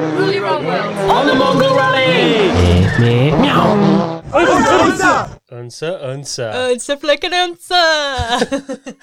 On the Mongol Rally! Meow! Unsa, unsa. Unsa flicken unsa.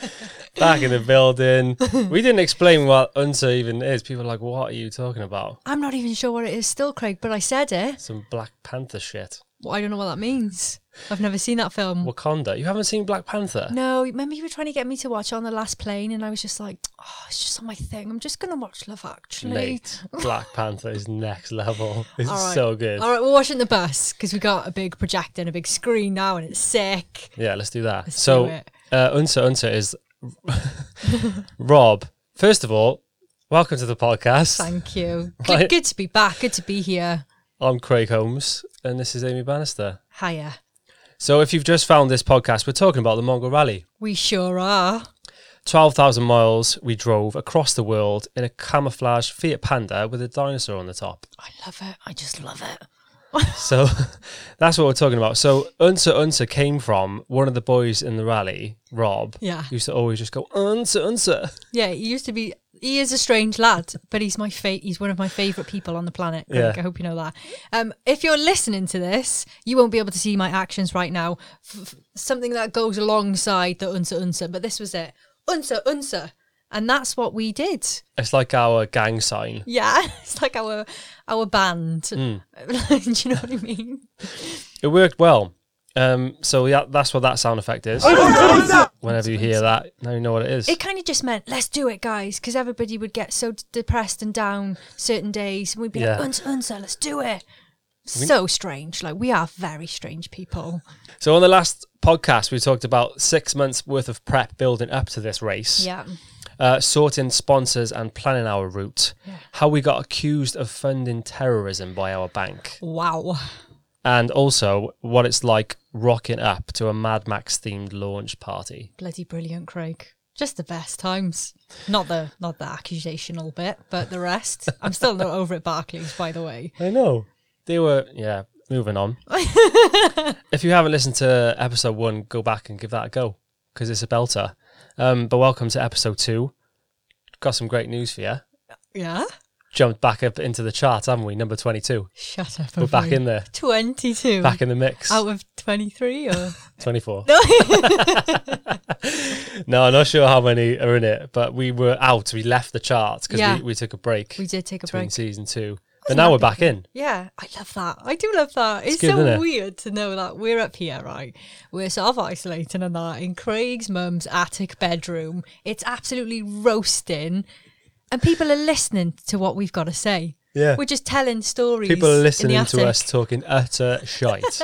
Back in the building. We didn't explain what unsa even is. People are like, what are you talking about? I'm not even sure what it is still, Craig, but I said it. Some Black Panther shit. Well, I don't know what that means. I've never seen that film. Wakanda. You haven't seen Black Panther? No, remember you were trying to get me to watch it on the last plane, and I was just like, oh, it's just on my thing. I'm just going to watch Love Actually. Mate, Black Panther is next level. It's All right. so good. All right, we're watching the bus because we got a big projector and a big screen now, and it's sick. Yeah, let's do that. Let's so, do it. uh, Unsa Unsa is Rob. First of all, welcome to the podcast. Thank you. Right. Good, good to be back. Good to be here. I'm Craig Holmes, and this is Amy Bannister. Hiya. So, if you've just found this podcast, we're talking about the Mongol Rally. We sure are. 12,000 miles we drove across the world in a camouflage Fiat Panda with a dinosaur on the top. I love it. I just love it. So that's what we're talking about. So Unsa Unsa came from one of the boys in the rally, Rob. Yeah. Used to always just go Unsa Unsa. Yeah, he used to be. He is a strange lad, but he's my fa- He's one of my favourite people on the planet. Greg. Yeah. I hope you know that. Um, if you're listening to this, you won't be able to see my actions right now. F- f- something that goes alongside the unsa unsa, but this was it. Unsa unsa, and that's what we did. It's like our gang sign. Yeah, it's like our our band. Do you know what I mean? It worked well. Um, so yeah, that's what that sound effect is. Whenever you hear that, now you know what it is. It kind of just meant let's do it, guys, because everybody would get so d- depressed and down certain days, and we'd be Yeah. like, "Unsa, unsa, let's do it." So strange, like we are very strange people. So on the last podcast, we talked about six months worth of prep building up to this race. Yeah, uh, sorting sponsors and planning our route, how we got accused of funding terrorism by our bank, wow. and also what it's like rocking up to a Mad Max themed launch party. Bloody brilliant, Craig. Just the best times. Not the not the accusational bit, but the rest. I'm still not over at Barclays, by the way. I know. They were, yeah, moving on. if you haven't listened to episode one, go back and give that a go because it's a belter. Um, but welcome to episode two. Got some great news for you. Yeah. Jumped back up into the chart, haven't we? Number 22. Shut up. We're back in there, twenty-two back in the mix. out of twenty-three, or 24. no, I'm not sure how many are in it, but we were out. We left the charts because Yeah. we, we took a break we did take a between break. season two. But now we're back in. Yeah, I love that. I do love that. It's, good, so isn't it? weird to know that we're up here, right? We're self isolating and that in Craig's mum's attic bedroom. It's absolutely roasting. And people are listening to what we've got to say. Yeah. We're just telling stories. People are in the listening to attic. us talking utter shite.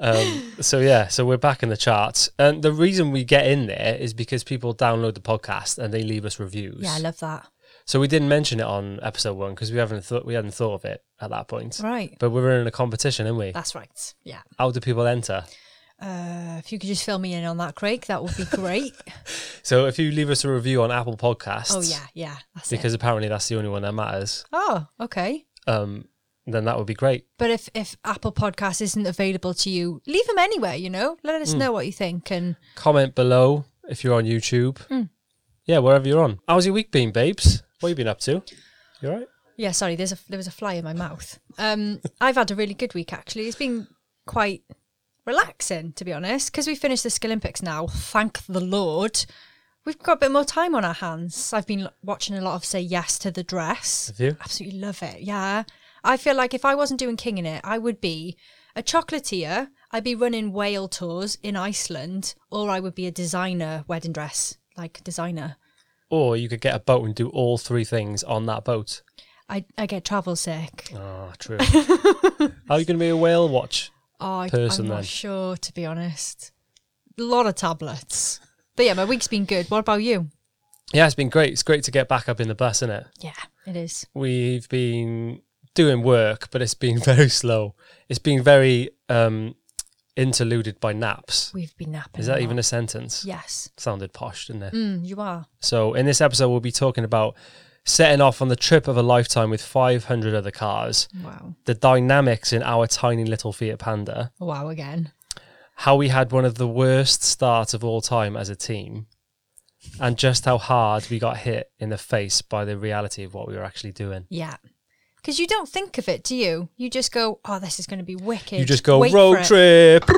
um, so, yeah, so we're back in the charts. And the reason we get in there is because people download the podcast and they leave us reviews. Yeah, I love that. so we didn't mention it on episode one because we, haven't thought we hadn't thought of it at that point. Right. But we were in a competition, aren't we? That's right. Yeah. How do people enter? Uh, if you could just fill me in on that, Craig, that would be great. So if you leave us a review on Apple Podcasts, oh, yeah. Yeah. That's it. because apparently that's the only one that matters, Oh, okay. um, then that would be great. But if, if Apple Podcast isn't available to you, leave them anywhere, you know? Let us know what you think and Comment below if you're on YouTube. Mm. Yeah, wherever you're on. How's your week been, babes? What you been up to? You all right? Yeah, sorry. There's a there was a fly in my mouth. Um, I've had a really good week actually. It's been quite relaxing to be honest, because we finished the Skilympics now. Thank the Lord. We've got a bit more time on our hands. I've been l- watching a lot of Say Yes to the Dress. Have you? Absolutely love it. Yeah, I feel like if I wasn't doing King in it, I would be a chocolatier. I'd be running whale tours in Iceland, or I would be a designer wedding dress like designer. Or you could get a boat and do all three things on that boat. I I get travel sick. Ah, true. How are you going to be a whale watch? Oh, I, person I'm then? not sure, to be honest. A lot of tablets. But yeah, my week's been good. What about you? Yeah, it's been great. It's great to get back up in the bus, isn't it? Yeah, it is. we've been doing work, but it's been very slow. It's been very um, interluded by naps. We've been napping. Is a that lot. even a sentence? Yes. Sounded posh, didn't it? Mm, you are. So, in this episode, we'll be talking about setting off on the trip of a lifetime with 500 other cars, Wow. the dynamics in our tiny little Fiat Panda, Wow again. how we had one of the worst starts of all time as a team, and just how hard we got hit in the face by the reality of what we were actually doing. Yeah. Because you don't think of it, do you? You just go, oh, this is going to be wicked. You just go Wait for road it." trip.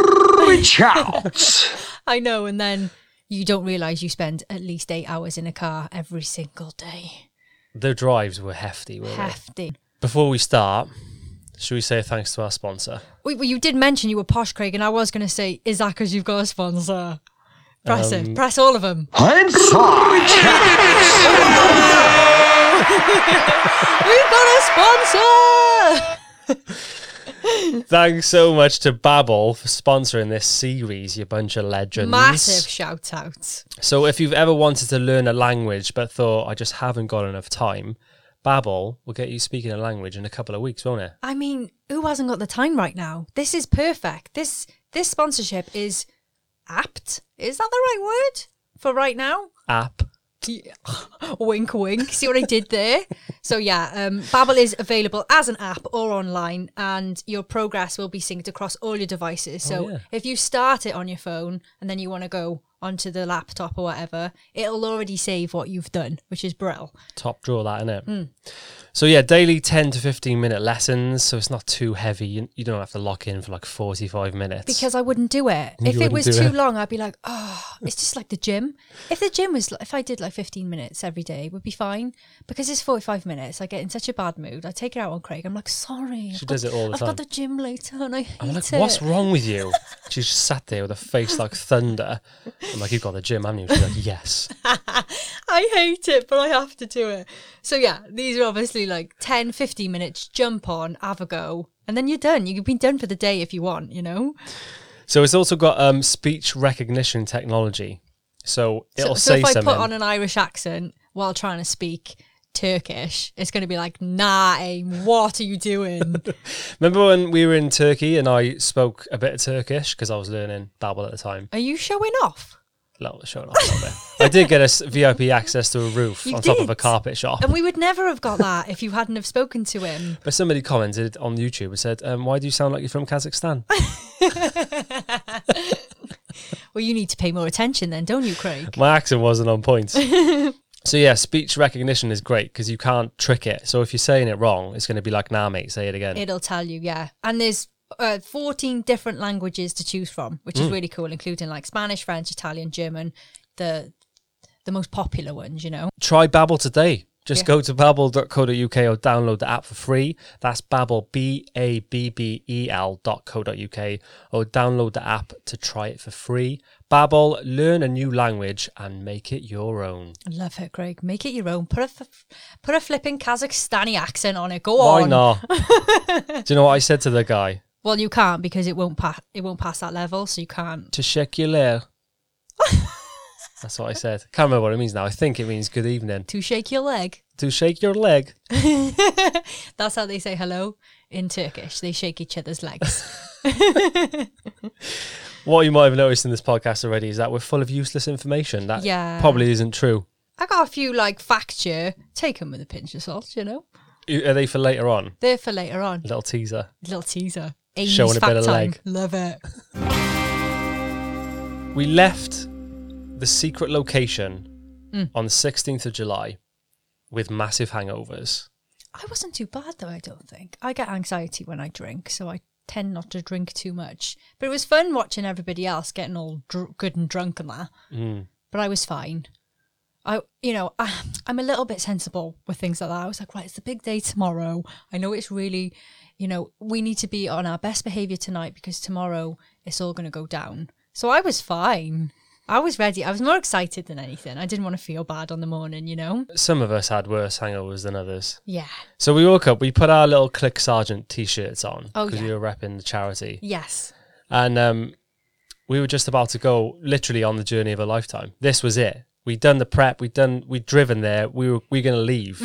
Reach out. I know. And then you don't realize you spend at least eight hours in a car every single day. The drives were hefty, weren't they? Hefty. Before we start, should we say thanks to our sponsor? Wait, well, you did mention you were posh, Craig, and I was going to say, is that because you've got a sponsor? Press Um, it. Press all of them. We've got a sponsor! Thanks so much to Babbel for sponsoring this series, you bunch of legends. Massive shout out. So if you've ever wanted to learn a language but thought I just haven't got enough time, Babbel will get you speaking a language in a couple of weeks, won't it? I mean, who hasn't got the time right now? This is perfect. This this sponsorship is apt. Is that the right word for right now? App. Yeah. wink, wink. See what I did there? so yeah, um, Babbel is available as an app or online, and your progress will be synced across all your devices. So yeah. if you start it on your phone and then you want to go onto the laptop or whatever, it'll already save what you've done, which is brill. Top draw that, innit? Hmm. So yeah, daily 10 to 15 minute lessons, so it's not too heavy. You, you don't have to lock in for like 45 minutes. Because I wouldn't do it. You if it wouldn't was do too it. long, I'd be like, oh, it's just like the gym. If the gym was, li- if I did like 15 minutes every day, it would be fine. Because it's 45 minutes, I get in such a bad mood. I take it out on Craig. I'm like, sorry. I've She got- does it all the I've time. got the gym later and I hate I'm like, it. what's wrong with you? She just sat there with a face like thunder. I'm like, you've got the gym, haven't you? She's like, yes. I hate it, but I have to do it. So, yeah, these are obviously like 10, 15 minutes. Jump on, have a go, and then you're done. You can be done for the day if you want, you know? So it's also got um, speech recognition technology. So it'll so, say so if something. I put on an Irish accent while trying to speak Turkish, it's going to be like, nah, aim, what are you doing? Remember when we were in Turkey and I spoke a bit of Turkish because I was learning Babel at the time. are you showing off? Little, showing off a little bit. I did get a s- VIP access to a roof You on top of did. a carpet shop. And we would never have got that if you hadn't have spoken to him. But somebody commented on YouTube and said, um, "Why do you sound like you're from Kazakhstan?" Well, you need to pay more attention then, don't you, Craig? My accent wasn't on point. so yeah, speech recognition is great because you can't trick it. So if you're saying it wrong, it's going to be like, "Nah, mate, say it again." It'll tell you, yeah. And there's uh, 14 different languages to choose from, which Hmm. is really cool, including like Spanish, French, Italian, German, the the most popular ones, you know. Try Babbel today. Just Yeah. go to babbel.co.uk or download the app for free. That's Babbel, B-A-B-B-E-L E dot co.uk or download the app to try it for free. Babbel, learn a new language and make it your own. I love it, Craig. Make it your own. Put a f- put a flipping Kazakhstani accent on it. Go Why on. not? Do you know what I said to the guy? Well, you can't because it won't pass. It won't pass that level, so you can't. To Teşekkürler. That's what I said. Can't remember what it means now. I think it means good evening. To shake your leg. To shake your leg. That's how they say hello in Turkish. They shake each other's legs. What you might have noticed in this podcast already is that we're full of useless information. That Yeah. probably isn't true. I got a few like facts here. Take them with a pinch of salt, you know. Are they for later on? They're for later on. Little teaser. Little teaser. Amy's Showing a fat bit of time. leg. Love it. We left the secret location on the 16th of July with massive hangovers. I wasn't too bad though. I don't think I get anxiety when I drink, so I tend not to drink too much. But it was fun watching everybody else getting all dr- good and drunk and that. But I was fine. I, you know, I, I'm a little bit sensible with things like that. I was like, right, it's the big day tomorrow. I know it's really, you know, we need to be on our best behavior tonight because tomorrow it's all going to go down. So I was fine. I was ready. I was more excited than anything. I didn't want to feel bad on the morning, you know? Some of us had worse hangovers than others. Yeah. So we woke up, we put our little Click Sergeant t shirts on Oh, because we were repping the charity. Yes. And um, we were just about to go literally on the journey of a lifetime. This was it. We'd done the prep, we'd done, we'd driven there, we were, we were going to leave.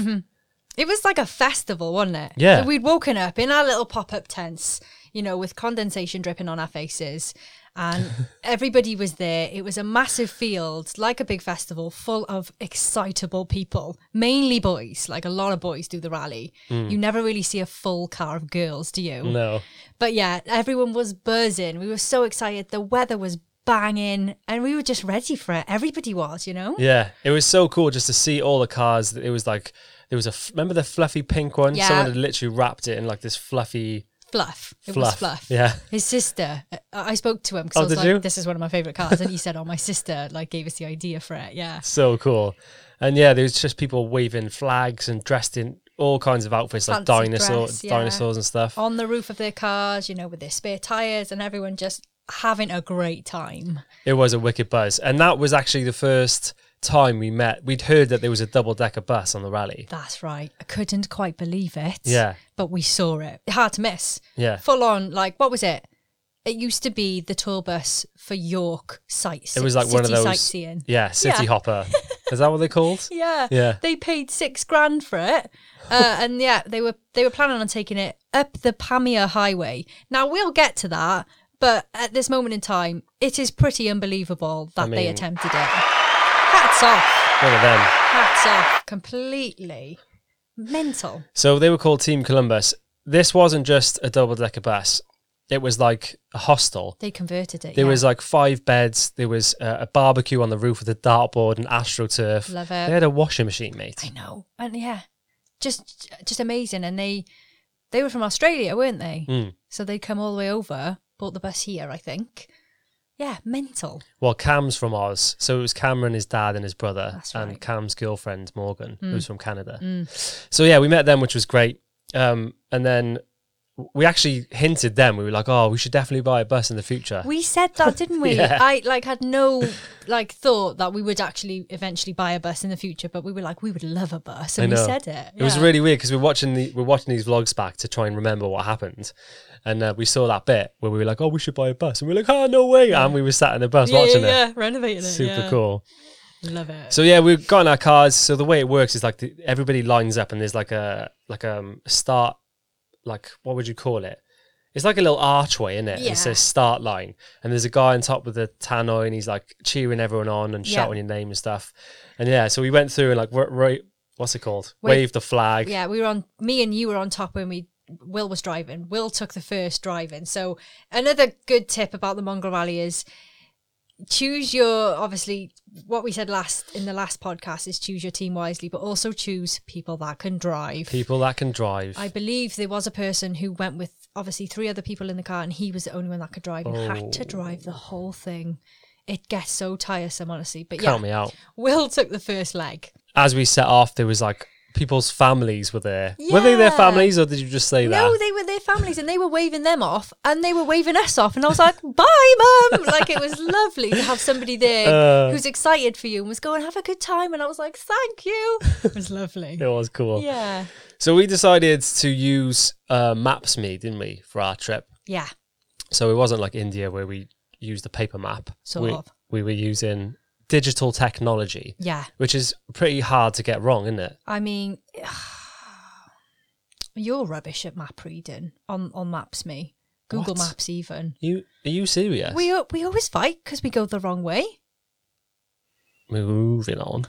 It was like a festival, wasn't it? Yeah. So we'd woken up in our little pop up tents, you know, with condensation dripping on our faces. And everybody was there. It was a massive field, like a big festival, full of excitable people, mainly boys. Like a lot of boys do the rally. You never really see a full car of girls, do you? Hmm. No. But yeah, everyone was buzzing. We were so excited. The weather was banging, and we were just ready for it. Everybody was, you know? Yeah, it was so cool just to see all the cars. It was like There was a f- remember the fluffy pink one. Yeah. Someone had literally wrapped it in like this fluffy Fluff. It fluff. was Fluff. Yeah. His sister. I, I spoke to him because Oh, I was did like, you? "This is one of my favorite cars," and he said, "Oh, my sister like gave us the idea for it." Yeah. so cool. And yeah, there was just people waving flags and dressed in all kinds of outfits, like Fancy dinosaur, dress, yeah. Oh. dinosaurs and stuff. on the roof of their cars, you know, with their spare tires and everyone just having a great time. It was a wicked buzz, and that was actually the first time we met. We'd heard that there was a double decker bus on the rally. That's right. I couldn't quite believe it. Yeah. But we saw it. Hard to miss. Yeah, Full on, like, what was it? It used to be the tour bus for York sites. it was like one of those. sightseeing. Yeah, city Yeah. hopper. Is that what they're called? Yeah. Yeah. They paid six grand for it. Uh, and yeah, they were they were planning on taking it up the Pamir Highway. Now we'll get to that, but at this moment in time, it is pretty unbelievable that they mean- attempted it. Hats off. One of them. Hats off. Completely mental. So they were called Team Columbus. This wasn't just a double decker bus. It was like a hostel. They converted it. There yeah. was like five beds. There was uh, a barbecue on the roof with a dartboard and astroturf. Love They it. had a washing machine, mate. I know. And yeah. Just just amazing. And they they were from Australia, weren't they? Mm. So they'd come all the way over, bought the bus here, I think. Yeah, mental. Well, Cam's from Oz, so it was Cameron, his dad, and his brother, That's and right. Mm. Cam's girlfriend Morgan, who's from Canada. So yeah, we met them, which was great. Um, and then we actually hinted them. We were like, "Oh, we should definitely buy a bus in the future." We said that, didn't we? Yeah. I like had no like thought that we would actually eventually buy a bus in the future, but we were like, we would love a bus, and I we know. said it. It was Yeah. really weird because we're watching the we're watching these vlogs back to try and remember what happened, and uh, we saw that bit where we were like, "Oh, we should buy a bus," and we were like, "Oh, no way!" And we were sat in the bus yeah, watching yeah, it. yeah, renovating it. Super yeah. cool. Love it. So yeah, we got in our cars. So the way it works is like the, everybody lines up, and there's like a like um start, like what would you call it? It's like a little archway, isn't it? Yeah. It says start line, and there's a guy on top with a tannoy, and he's like cheering everyone on and Yeah. shouting your name and stuff. And yeah, so we went through and like right, what's it called? Wave- Waved the flag. Yeah, we were on. Me and you were on top when we. Will was driving. Will took the first driving. So another good tip about the Mongol Rally is choose your obviously what we said last in the last podcast is choose your team wisely, but also choose people that can drive. People that can drive. I believe there was a person who went with obviously three other people in the car, and he was the only one that could drive and had to drive the whole thing. It gets so tiresome, honestly. But yeah, Count me out. Will took the first leg. As we set off, there was like people's families were there. Were they their Yeah. families, or did you just say No, that? they were their families, and they were waving them off, and they were waving us off, and I was like, "Bye, mum!" Like it was lovely to have somebody there who's excited for you and was going, "Have a good time," and I was like, "Thank you." It was lovely. It was cool. Yeah, So we decided to use uh, Maps Me, didn't we, for our trip? yeah. So it wasn't like India where we used a paper map. Sort we, of. we were using digital technology, Yeah. which is pretty hard to get wrong, isn't it? I mean, you're rubbish at map reading on on Maps. Me, Google What? Maps, even. You are you serious? We we always fight because we go the wrong way. Moving on.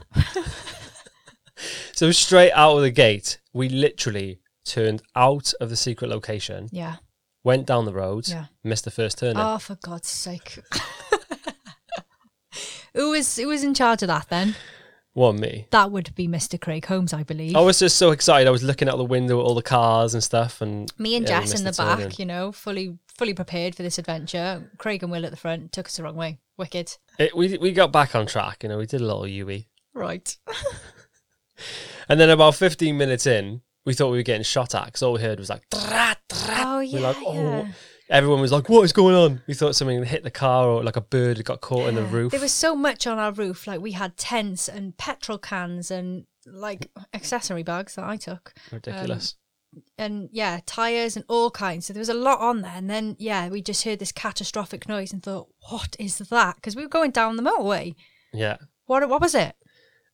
so straight out of the gate, we literally turned out of the secret location, Yeah. went down the road, Yeah. missed the first turn. in. Oh, for God's sake. who was who was in charge of that then? One me. That would be Mr. Craig Holmes, I believe. I was just so excited. I was looking out the window at all the cars and stuff, and Me and yeah, we Jess missed in the turn in. back, you know, fully fully prepared for this adventure. Craig and Will at the front took us the wrong way. Wicked. It, we we got back on track. You know, we did a little UE, Right. and then about fifteen minutes in, we thought we were getting shot at because all we heard was like, "Drat, drat." Oh yeah. we're like, oh, yeah. everyone was like, what is going on? We thought something hit the car or like a bird got caught in the Yeah. roof. There was so much on our roof. Like we had tents and petrol cans and like accessory bags that I took. ridiculous. And yeah, tires and all kinds. So there was a lot on there. And then yeah, we just heard this catastrophic noise and thought, what is that? Because we were going down the motorway. yeah, What what was it?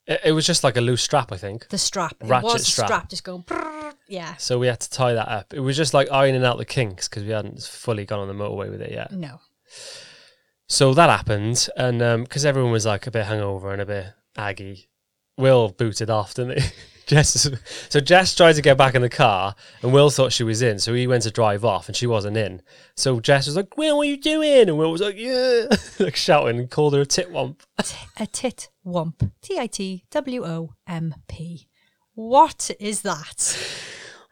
it, it was just like a loose strap, I think. The strap. It Ratchet was the strap. strap just going. brrrr. Yeah. So we had to tie that up. It was just like ironing out the kinks because we hadn't fully gone on the motorway with it yet. No. So that happened, and because everyone was like a bit hungover and a bit aggy, Will booted off, didn't he? Jess, so Jess tried to get back in the car, and Will thought she was in, so he went to drive off, and she wasn't in. So Jess was like, "Will, what are you doing?" And Will was like, "Yeah," like shouting, and called her a titwomp. T- a tit womp. T i t w o m p. What is that?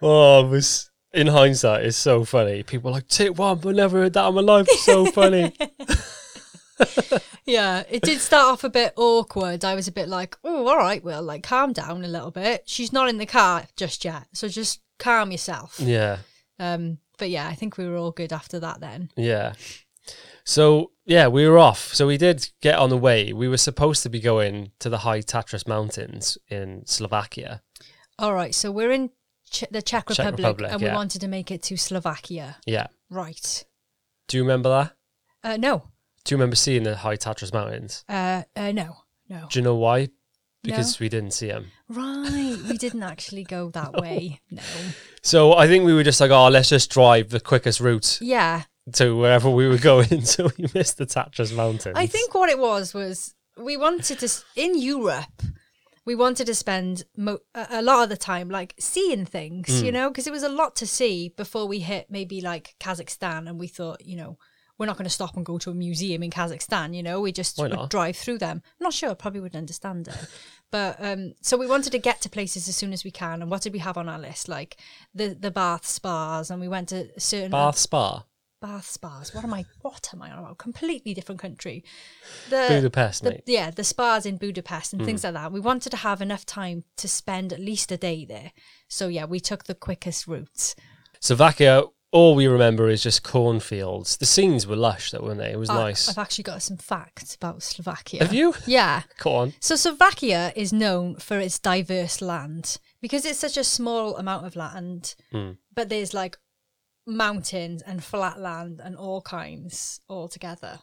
Oh, it was in hindsight, it's so funny. People are like, Tit Womp, I never heard that in my life. So funny. Yeah, it did start off a bit awkward. I was a bit like, oh, all right, well, like calm down a little bit. She's not in the car just yet, so just calm yourself. yeah. Um, but yeah, I think we were all good after that then. Yeah. So yeah, we were off. So we did get on the way. We were supposed to be going to the high Tatras mountains in Slovakia. All right, so we're in Ch- the Czech Czech Republic, Republic, and yeah. we wanted to make it to Slovakia. Yeah. Right. Do you remember that? Uh, no. Do you remember seeing the high Tatras mountains? Uh, uh, no. No. Do you know why? Because we didn't see them. Right. We didn't actually go that way. No. So I think we were just like, oh, let's just drive the quickest route Yeah. to wherever we were going. so we missed the Tatras mountains. I think what it was was we wanted to s- in Europe. We wanted to spend mo- a a lot of the time like seeing things, Mm. you know, because it was a lot to see before we hit maybe like Kazakhstan, and we thought, you know, we're not going to stop and go to a museum in Kazakhstan, you know, we just Why would not? drive through them. I'm not sure, I probably wouldn't understand it, but um, so we wanted to get to places as soon as we can. And what did we have on our list? Like the the bath spas, and we went to certain Bath Spa, bath spas. What am I? What am I on about? Completely different country. The, Budapest, the- mate. yeah, the spas in Budapest and Mm. things like that. We wanted to have enough time to spend at least a day there. So yeah, we took the quickest route. Slovakia. All we remember is just cornfields. The scenes were lush, though, weren't they? It was Oh, I- nice. I've actually got some facts about Slovakia. Have you? Yeah. Go on. So Slovakia is known for its diverse land because it's such a small amount of land, Mm. but there's like mountains and flat land and all kinds all together.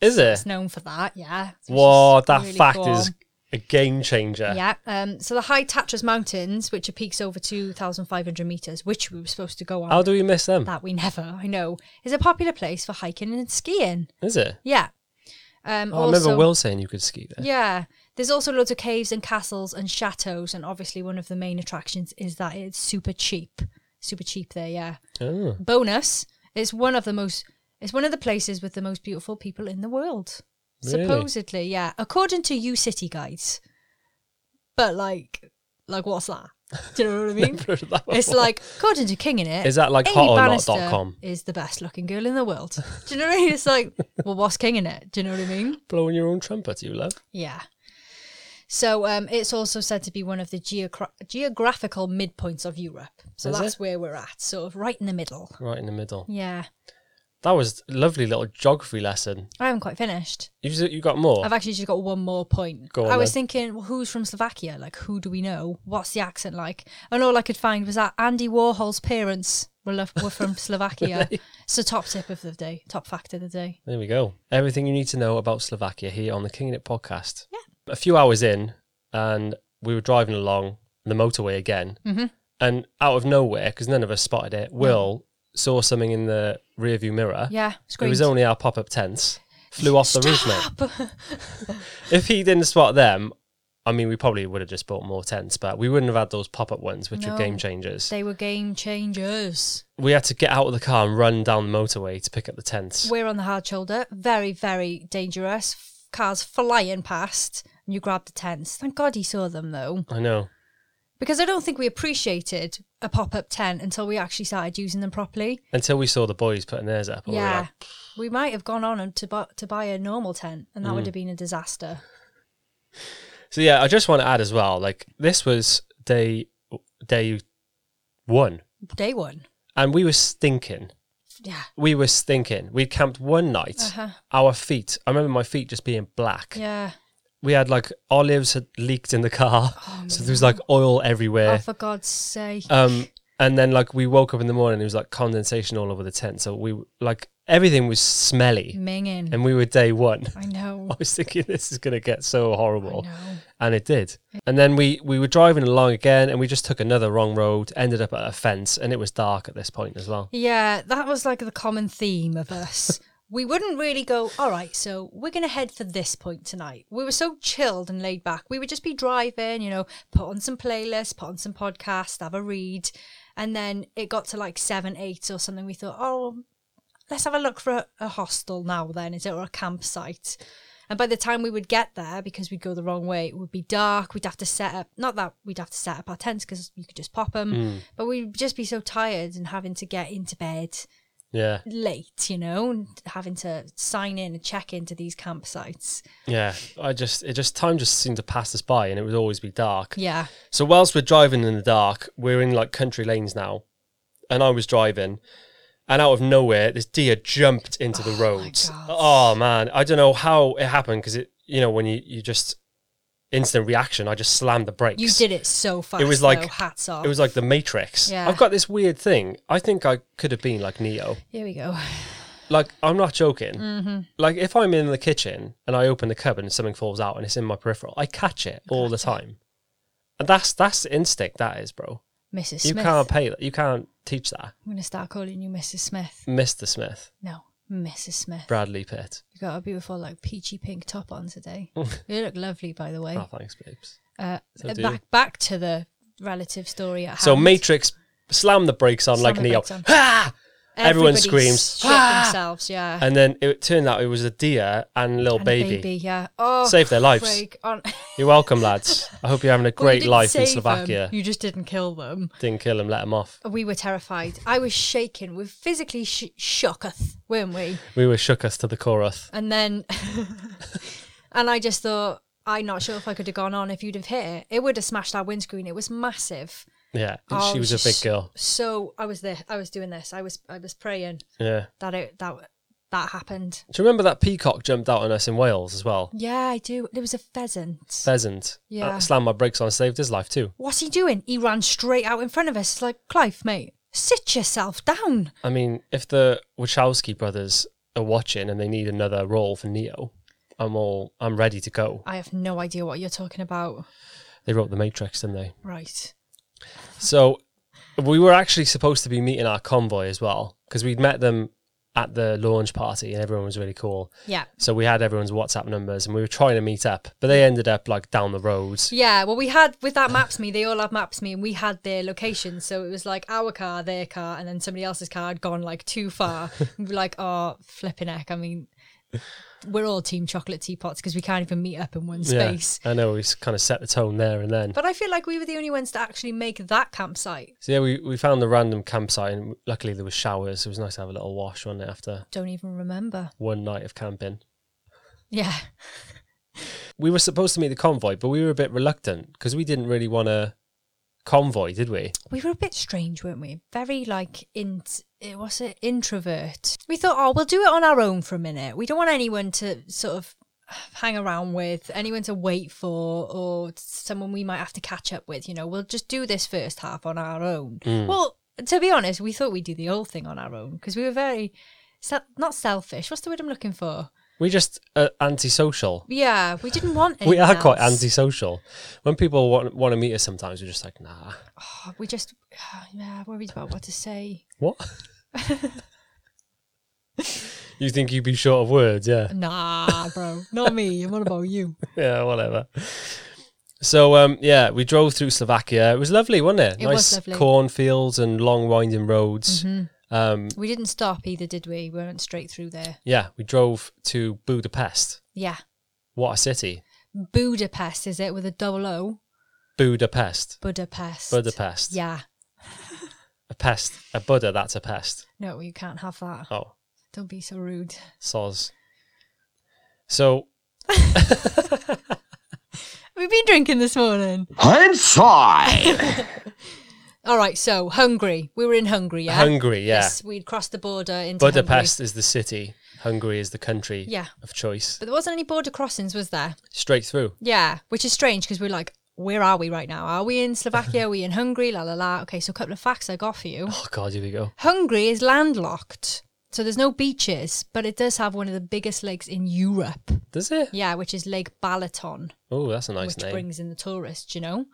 Is it? It's known for that, yeah. which is Whoa, that really fact cool. is a game changer. Yeah. Um, so the High Tatras Mountains, which are peaks over 2,500 metres, which we were supposed to go on, How do we miss them? that we never, I know, is a popular place for hiking and skiing. Is it? Yeah. Um, Oh, I also, remember Will saying you could ski there. Yeah. There's also loads of caves and castles and chateaus. And obviously, one of the main attractions is that it's super cheap. Super cheap there, yeah. Oh. Bonus, it's one of the most, it's one of the places with the most beautiful people in the world. Really? Supposedly, yeah. According to you city guides. But like, like what's that? Do you know what I mean? That It's one. like, according to King in it, Is that like Amy Bannister hotornot.com? is the best looking girl in the world. Do you know what I mean? It's like, well, what's King in it? Do you know what I mean? Blowing your own trumpet, you love. Yeah. So um, it's also said to be one of the geogra- geographical midpoints of Europe. So Is that's it? where we're at, sort of right in the middle. Right in the middle. Yeah. That was a lovely little geography lesson. I haven't quite finished. You you got more? I've actually just got one more point. Oh. Go on I was then. thinking, well, who's from Slovakia? Like, who do we know? What's the accent like? And all I could find was that Andy Warhol's parents were, lo- were from Slovakia. So top tip of the day, top fact of the day. There we go. Everything you need to know about Slovakia here on the King in It podcast. Yeah. A few hours in, and we were driving along the motorway again, Mm-hmm. and out of nowhere, because none of us spotted it, Will saw something in the rearview mirror. Yeah, It screamed. was only our pop up tents. Flew off the roof, mate. if he didn't spot them, I mean, we probably would have just bought more tents, but we wouldn't have had those pop up ones, which No. are game changers. They were game changers. we had to get out of the car and run down the motorway to pick up the tents. We're on the hard shoulder. Very, very dangerous. F- Cars flying past, and you grab the tents. Thank God he saw them, though. I know. Because I don't think we appreciated a pop up tent until we actually started using them properly. Until we saw the boys putting theirs up. and we were yeah. like, We might have gone on and to, bu- to buy a normal tent, and Mm. that would have been a disaster. So yeah, I just want to add as well, like this was day day one, Day one. and we were stinking. Yeah. We were stinking. We camped one night. Our feet, I remember my feet just being black. Uh-huh. Yeah. We had like olives had leaked in the car, so there was like oil Oh, everywhere. for God's sake. Um, and then like we woke up in the morning, it was like condensation all over the tent. So we like everything was smelly, Minging. and we were day one. Mm. I know. I was thinking this is going to get so horrible. know. And it did. And then we, we were driving along again and we just took another wrong road, ended up at a fence, and it was dark at this point as well. Yeah, that was like the common theme of us. we wouldn't really go, all right, so we're going to head for this point tonight. We were so chilled and laid back. We would just be driving, you know, put on some playlists, put on some podcasts, have a read. And then it got to like seven, eight or something. We thought, oh, let's have a look for a, a hostel now, then, is it, or a campsite? And by the time we would get there, because we'd go the wrong way, it would be dark. We'd have to set up, not that we'd have to set up our tents because you could just pop them, Mm. but we'd just be so tired and having to get into bed Yeah. late, you know, and having to sign in and check into these campsites. Yeah. I just, it just, time just seemed to pass us by and it would always be dark. Yeah. So whilst we're driving in the dark, we're in like country lanes now, and I was driving, and out of nowhere, this deer jumped into the roads. God. Oh man, I don't know how it happened because it, you know, when you you just instant reaction, I just slammed the brakes. You did it so fast. It was like- though. hats off. It was like the Matrix. Yeah. I've got this weird thing. I think I could have been like Neo. Here we go. Like I'm not joking. Mm-hmm. Like if I'm in the kitchen and I open the cupboard and something falls out and it's in my peripheral, I catch it all the time. And that's that's instinct. That is, bro. Mrs. You Smith. can't pay that. You can't teach that. I'm going to start calling you Mrs. Smith. Mr. Smith, No, Mrs. Smith. Bradley Pitt. You got a beautiful, like, peachy pink top on today. you look lovely, by the way. Oh, thanks, babes. uh, so uh, do back back to the relative story at hand. So Matrix slammed the brakes on Slam like the Neo. brakes on. Ah! Everyone Everybody screams. shit "Ah!" themselves. Yeah. And then it turned out it was a deer and a little And a baby. Yeah. Oh, Saved their lives. Craig, on- Well, You're welcome, lads. I hope you're having a you great didn't life in save Slovakia. them. You just didn't kill them. Didn't kill him, let him off. We were terrified. I was shaken. We physically sh- shooketh, weren't we? We were shook us to the chorus. And then, and I just thought, I'm not sure if I could have gone on if you'd have hit it. It would have smashed our windscreen. It was massive. Yeah, I she was a big just girl. So I was there. I was doing this. I was. I was praying Yeah. that it that that happened. Do you remember that peacock jumped out on us in Wales as well? Yeah, I do. There was a pheasant. Pheasant. Yeah. I slammed my brakes on, saved his life too. What's he doing? He ran straight out in front of us. It's like, Clive, mate, sit yourself down. I mean, if the Wachowski brothers are watching and they need another role for Neo, I'm all I'm ready to go. I have no idea what you're talking about. They wrote The Matrix, didn't they? Right. So we were actually supposed to be meeting our convoy as well because we'd met them at the launch party and everyone was really cool. Yeah. So we had everyone's WhatsApp numbers and we were trying to meet up, but they ended up like down the road. Yeah, well, we had with that Maps Me, they all had Maps Me, and we had their locations. So it was like our car, their car, and then somebody else's car had gone like too far. we were like, oh, flipping heck. I mean, we're all team chocolate teapots because we can't even meet up in one Yeah, space. I know we kind of set the tone there and then. But I feel like we were the only ones to actually make that campsite. So yeah, we, we found the random campsite and luckily there was showers. So it was nice to have a little wash on it after Don't even remember. one night of camping. Yeah. we were supposed to meet the convoy, but we were a bit reluctant because we didn't really want to convoy, did we? we were a bit strange, weren't we? Very like in eh, what's it introvert. We thought, oh, we'll do it on our own for a minute. We don't want anyone to sort of hang around with, anyone to wait for, or someone we might have to catch up with. You know, we'll just do this first half on our own. Mm. Well, to be honest, we thought we'd do the whole thing on our own because we were very se- not selfish. What's the word I'm looking for? We just uh, antisocial. Yeah, we didn't want. We anyone are quite else. antisocial. When people want want to meet us, sometimes we're just like, nah. Oh, we just yeah worried about what to say. What? you think you'd be short of words? Yeah, Nah, bro, not me. What about you? yeah, whatever. So um, yeah, we drove through Slovakia. It was lovely, wasn't it? It nice was lovely. Mm-hmm. cornfields and long winding roads. Um, We didn't stop either, did we? We went straight through there. yeah, we drove to Budapest. Yeah. What a city, Budapest, is it? With a double O? Budapest. Budapest. Budapest. Yeah. A pest. A Buddha, that's a pest. No, you can't have that. Oh, Don't be so rude. soz. So, We've been drinking this morning. Inside. All right, so Hungary. We were in Hungary, yeah? Hungary, yeah. Yes, we'd crossed the border into Budapest Hungary. is the city. Hungary is the country Yeah. of choice. But there wasn't any border crossings, was there? Straight through. Yeah, which is strange because we're like, where are we right now? Are we in Slovakia? Are we in Hungary? La la la. Okay, so a couple of facts I got for you. Oh, God, here we go. Hungary is landlocked, so there's no beaches, but it does have one of the biggest lakes in Europe. Does it? Yeah, which is Lake Balaton, Oh, that's a nice which name. brings in the tourists, you know.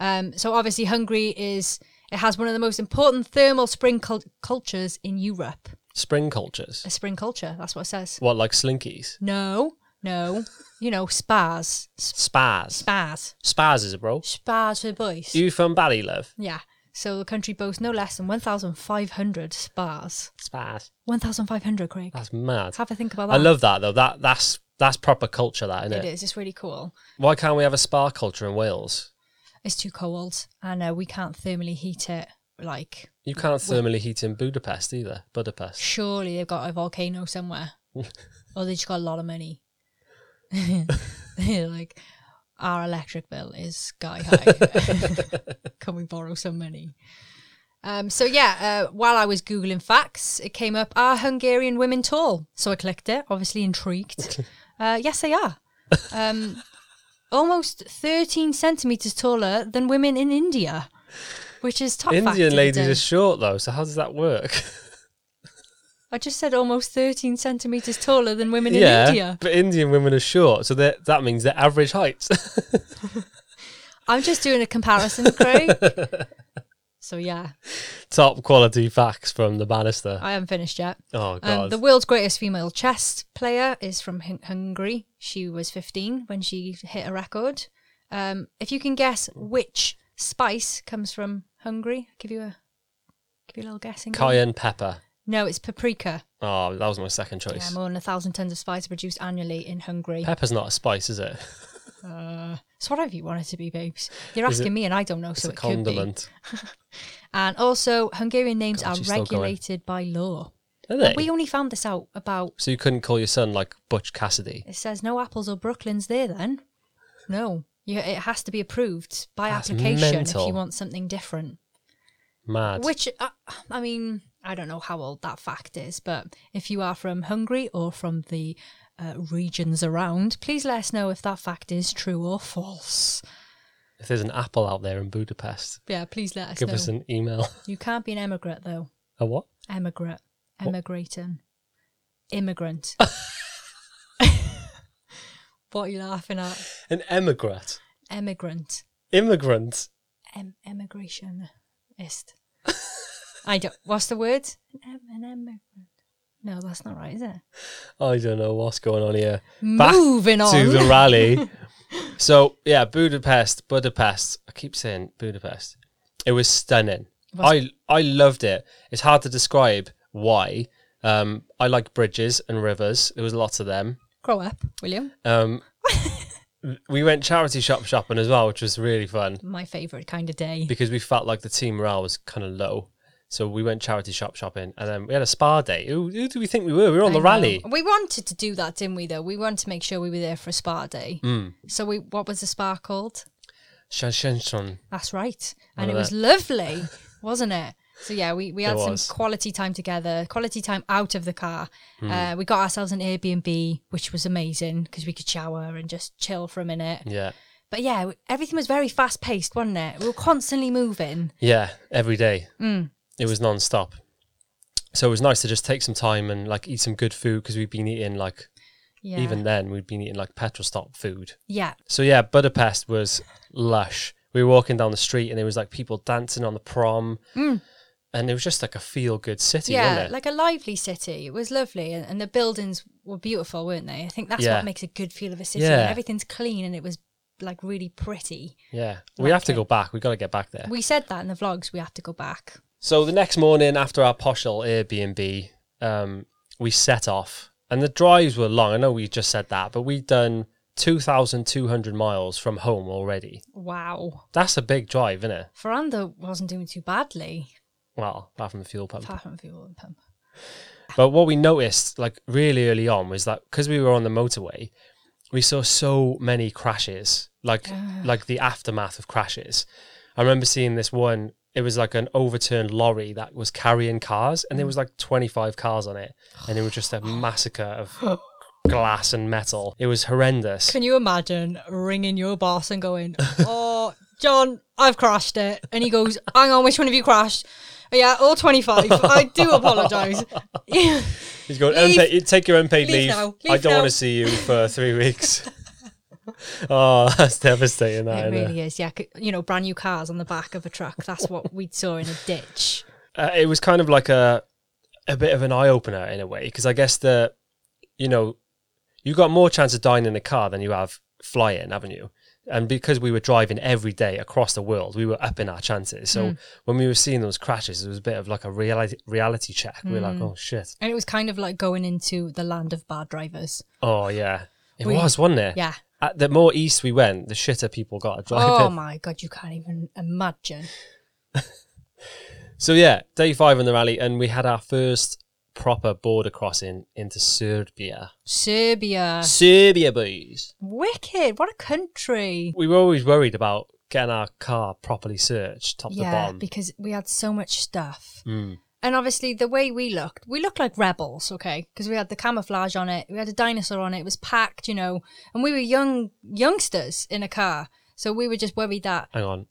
Um, so obviously Hungary is it has one of the most important thermal spring cul- cultures in Europe. Spring cultures. A spring culture, that's what it says. What, like slinkies? No, no, you know spas, S- Spas. spas, Spas is a bro. spas for boys. You from Bali, love? yeah. So the country boasts no less than 1,500 spas. Spas. 1,500, Craig. That's mad. Ah. Have a think about that. I love that, though. That That's That's proper culture, that isn't it? It is. It's really cool. Why can't we have a spa culture in Wales? It's too cold, and uh, we can't thermally heat it. Like, You can't thermally heat in Budapest either. Budapest. surely they've got a volcano somewhere, or they just got a lot of money. like, our electric bill is sky high. Can we borrow some money? Um, so yeah, uh, while I was googling facts, it came up: Are Hungarian women tall? So I clicked it, obviously intrigued. uh, yes, they are. Um, almost 13 centimeters taller than women in India, which is top. fact of Indian the ladies day. are short though, so how does that work? I just said almost 13 centimeters taller than women in yeah, India. but Indian women are short, so that that means they're average heights. I'm just doing a comparison, Craig. so yeah, Top quality facts from the banister. I haven't finished yet. Oh god. Um, the world's greatest female chess player is from Hun- Hungary. She was 15 when she hit a record. Um, if you can guess which spice comes from Hungary, I'll give you a give you a little guessing. Cayenne pepper. No, it's paprika. Oh, that was my second Yeah, choice. more than a thousand tons of spice are produced annually in Hungary. Pepper's not a spice, is it? It's whatever you want it to be, babes. You're Is it- asking me, and I don't know, It's so a it could be. condiment. And also, Hungarian names God, are she's still going. regulated by law. Are they? We only found this out about. So you couldn't call your son like Butch Cassidy. It says no apples or Brooklands there. Then, no, you, it has to be approved by That's application if mental. you want something different. Mad. Which, uh, I mean, I don't know how old that fact is, but if you are from Hungary or from the uh, regions around, please let us know if that fact is true or false. if there's an apple out there in Budapest, Yeah, please let us give know. us an email. you can't be an emigrant though. a what? Emigrant. Emigrating. Immigrant. what are you laughing at? An emigrant. Emigrant. Immigrant. Em- emigrationist. I don't. What's the word? An, em- an emigrant. No, that's not right, is it? I don't know what's going on here. Moving on. to the rally. so yeah, Budapest, Budapest. I keep saying Budapest. It was stunning. I I loved it. It's hard to describe why. Um, I like bridges and rivers. There was lots of them. Grow up, William. Um, we went charity shop shopping as well, which was really fun My favourite kind of day. because we felt like the team morale was kind of low. So we went charity shop shopping, and then we had a spa day. Who, who do we think we were? We were on the I know. rally. We wanted to do that, didn't we? Though we wanted to make sure we were there for a spa day. Hmm. So we, what was the spa called? Shan shan shan. That's right. Look And it at was that. lovely, wasn't it? So yeah, we, we had some was. Hmm. quality time together, quality time out of the car. Uh, we got ourselves an Airbnb, which was amazing because we could shower and just chill for a minute. Yeah, But yeah, w- everything was very fast paced, wasn't it? We were constantly moving. Yeah, every day. Mm. It was non-stop. So it was nice to just take some time and like eat some good food because we'd been eating like Yeah. even then we'd been eating like petrol stop food. yeah. So yeah, Budapest was lush. We were walking down the street and there was like people dancing on the prom. And it was just like a feel good city, Mm. Yeah, wasn't it? like a lively city. It was lovely, and, and the buildings were beautiful, weren't they? I think that's Yeah. what makes a good feel of a city. Yeah. Everything's clean, and it was like really pretty. yeah. We have to go back. We got to get back there. We said that in the vlogs. We have to go back. So the next morning after our posh little Airbnb, um, we set off, and the drives were long. I know we just said that, but we'd done two thousand two hundred miles from home already. Wow. That's a big drive, isn't it? Ferrando wasn't doing too badly, Well, apart from the fuel pump. apart from fuel and pump. But what we noticed, like really early on, was that because we were on the motorway, we saw so many crashes, like like the aftermath of crashes. I remember seeing this one. It was like an overturned lorry that was carrying cars, and there was like twenty five cars on it, and it was just a massacre of glass and metal. It was horrendous. Can you imagine ringing your boss and going, "Oh, John, I've crashed it," and he goes, "Hang on, which one of you crashed?" "Oh, Yeah, all twenty-five. I do apologise. Yeah. He's going, Leave. unpaid, take your unpaid Leave leave. now. I Leave don't now." want to see you for three weeks. oh, that's devastating. That, It isn't it? really is. Yeah, c- you know, brand new cars on the back of a truck. That's what we saw in a ditch. uh, it was kind of like a a bit of an eye opener in a way because I guess the you know you got more chance of dying in a car than you have flying, haven't you? And because we were driving every day across the world, we were upping our chances. Hmm. So when we were seeing those crashes, it was a bit of like a reality reality Hmm. check. We were like, oh shit, And it was kind of like going into the land of bad drivers. oh yeah. It We- was, wasn't it? Yeah. Uh, the more east we went, the shitter people got at driving. Oh my god, you can't even imagine. So yeah, day five in the rally, and we had our first proper border crossing into Serbia. Serbia. Serbia, boys. Wicked. What a country. We were always worried about getting our car properly searched, top to Yeah, bottom. because we had so much stuff. Mm. And obviously, the way we looked, we looked like rebels, okay? Because we had the camouflage on it, we had a dinosaur on it, it was packed, you know, and we were young youngsters in a car. So we were just worried that, Hang on,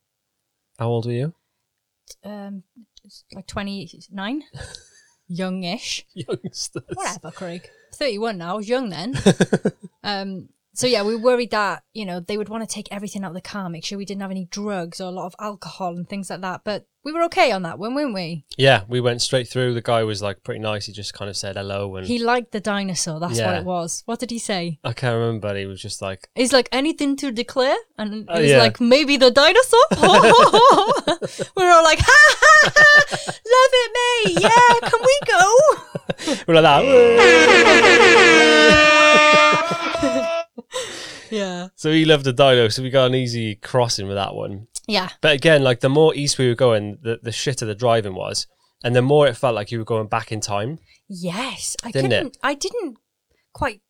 how old were you? um, it's like 29, youngish. Youngsters. whatever, Craig. 31 now. I was young then. um, so yeah, we worried that, you know, they would want to take everything out of the car, make sure we didn't have any drugs or a lot of alcohol and things like that. But we were okay on that one, weren't we? Yeah, we went straight through. The guy was like pretty nice. He just kind of said hello, and He liked the dinosaur. That's what Yeah. it was. What did he say? I can't remember. But he was just like, He's like, anything to declare? And he's Oh, yeah. like, maybe the dinosaur? we were all like, ha ha ha, love it, mate. Yeah, can we go? we're like that. Yeah. so he loved the dino, so we got an easy crossing with that one. Yeah. But again, like the more east we were going, the, the shitter the driving was, and the more it felt like you were going back in time. Yes. I Didn't it? couldn't, I didn't quite,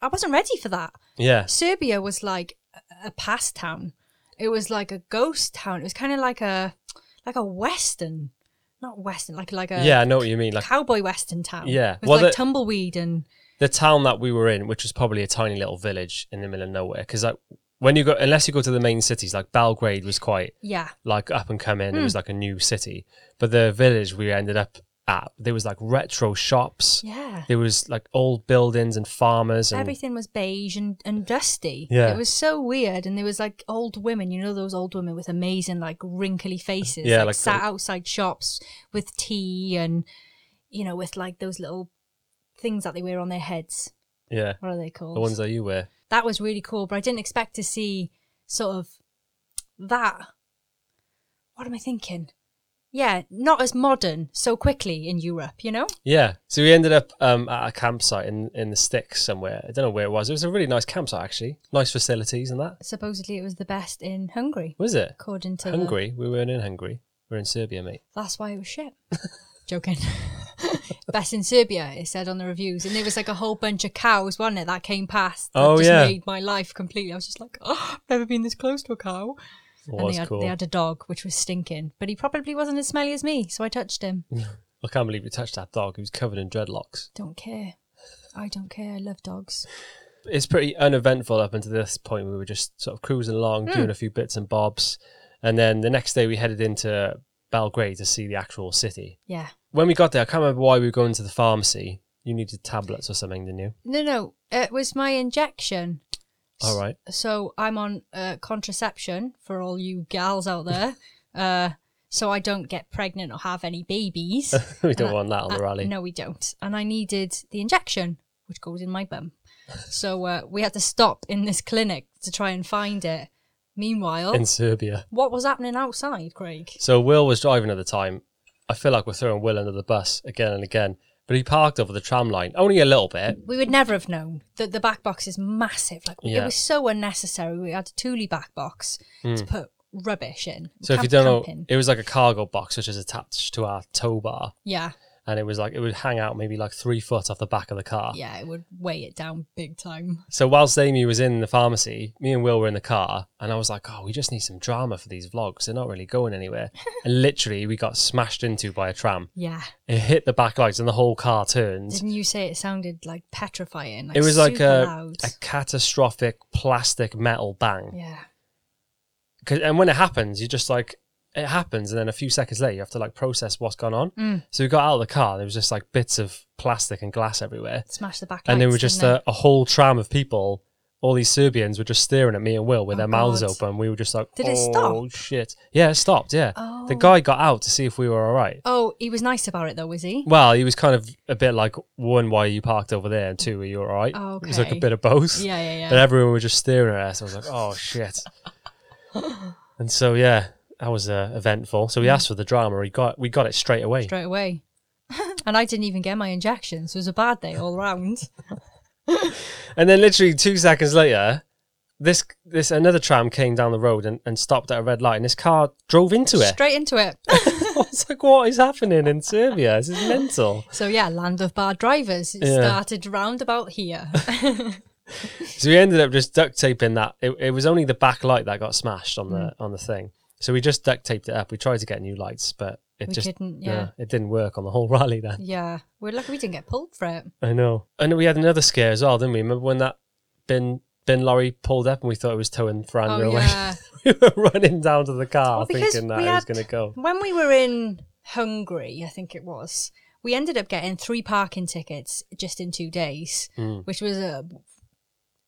I wasn't ready for that. Yeah, Serbia was like a- a past town. It was like a ghost town. It was kind of like a like a western, not western, like like a yeah, I know what you mean. Like cowboy western town. Yeah. it was Well, like the- tumbleweed and the town that we were in, which was probably a tiny little village in the middle of nowhere, because like when you go, unless you go to the main cities, like Belgrade was quite yeah, like up and coming. It was Hmm. like a new city, but the village we ended up at, there was like retro shops. yeah. There was like old buildings and farmers and Everything was beige and, and dusty. Yeah. It was so weird. And there was like old women, you know, those old women with amazing, like wrinkly faces. Yeah, Like, like sat the- outside shops with tea and, you know, with like those little things that they wear on their heads. yeah, What are they called? the ones that you wear. that was really cool, but I didn't expect to see sort of that. What am I thinking? Yeah, not as modern so quickly in Europe, you know? Yeah. So we ended up um, at a campsite in, in the sticks somewhere. I don't know where it was. It was a really nice campsite actually. Nice facilities and that. Supposedly it was the best in Hungary, Was it? according to. the- Hungary. We weren't in Hungary. We are in Serbia, mate. that's why it was shit. Joking. best in Serbia, it said on the reviews. And there was like a whole bunch of cows, wasn't it, that came past. That Oh, just yeah. made my life completely. I was just like, oh, I've never been this close to a cow. It and was they had, cool. they had a dog, which was stinking. But he probably wasn't as smelly as me, so I touched him. I can't believe we touched that dog. He was covered in dreadlocks. Don't care. I don't care. I love dogs. It's pretty uneventful up until this point. We were just sort of cruising along, Hmm. doing a few bits and bobs. And then the next day we headed into Belgrade to see the actual city. Yeah. When we got there, I can't remember why we were going to the pharmacy. You needed tablets or something, didn't you? No, no. It was my injection. All right. So I'm on uh, contraception for all you gals out there. uh, so I don't get pregnant or have any babies. we don't want that on the Uh, rally. No, we don't. And I needed the injection, which goes in my bum. So uh, we had to stop in this clinic to try and find it. Meanwhile, In Serbia. what was happening outside, Craig? So Will was driving at the time. I feel like we're throwing Will under the bus again and again. But he parked over the tram line, only a little bit. we would never have known that the back box is massive. Like Yeah. Hmm. it was so unnecessary. We had a Thule back box to put rubbish in. So if you Camp- don't know, camping. it was like a cargo box which is attached to our tow bar, yeah, and it was like it would hang out maybe like three foot off the back of the car. yeah, it would weigh it down big time. So whilst Amy was in the pharmacy, me and Will were in the car, and I was like, "Oh, we just need some drama for these vlogs. They're not really going anywhere." and literally, we got smashed into by a tram. Yeah, It hit the back lights, and the whole car turned. didn't you say it sounded like petrifying? Like it was like super a, loud. a catastrophic plastic metal bang. yeah, 'Cause- and when it happens, you're just like, it happens, and then a few seconds later, you have to like process what's gone on. Mm. So we got out of the car, there was just like bits of plastic and glass everywhere, smash the back. and there lights, were just didn't a, a whole tram of people. All these Serbians were just staring at me and Will with Oh, their mouths God. open. We were just like, Did "Oh it stop?" shit!" Yeah, it stopped. Yeah, the Oh. guy got out to see if we were all right. they? Oh, he was nice about it though, was he? Well, he was kind of a bit like one, why are you parked over there, and two, are you all right? Oh, It was like a okay. bit of both. Yeah, yeah, yeah. But uh, everyone was just staring at us. I was like, oh shit. and so yeah, that was uh, eventful. So we asked for the drama. We got we got it straight away. Straight away. and I didn't even get my injections. It was a bad day all round. And then literally two seconds later, this this another tram came down the road and, and stopped at a red light, and this car drove into it. Straight into it. I was like, what is happening in Serbia? This is mental. So yeah, land of bad drivers. It Yeah. started round about here. So we ended up just duct taping that. It, it was only the back light that got smashed on Mm. the on the thing. So we just duct taped it up. We tried to get new lights, but it We just uh, couldn't, yeah. it didn't work on the whole rally then. yeah, we're lucky we didn't get pulled for it. I know. And we had another scare as well, didn't we? Remember when that bin bin lorry pulled up and we thought it was towing Fran oh away? yeah. we were running down to the car Well, because thinking that we it was had- going to go. When we were in Hungary, I think it was, we ended up getting three parking tickets just in two days, Mm. which was a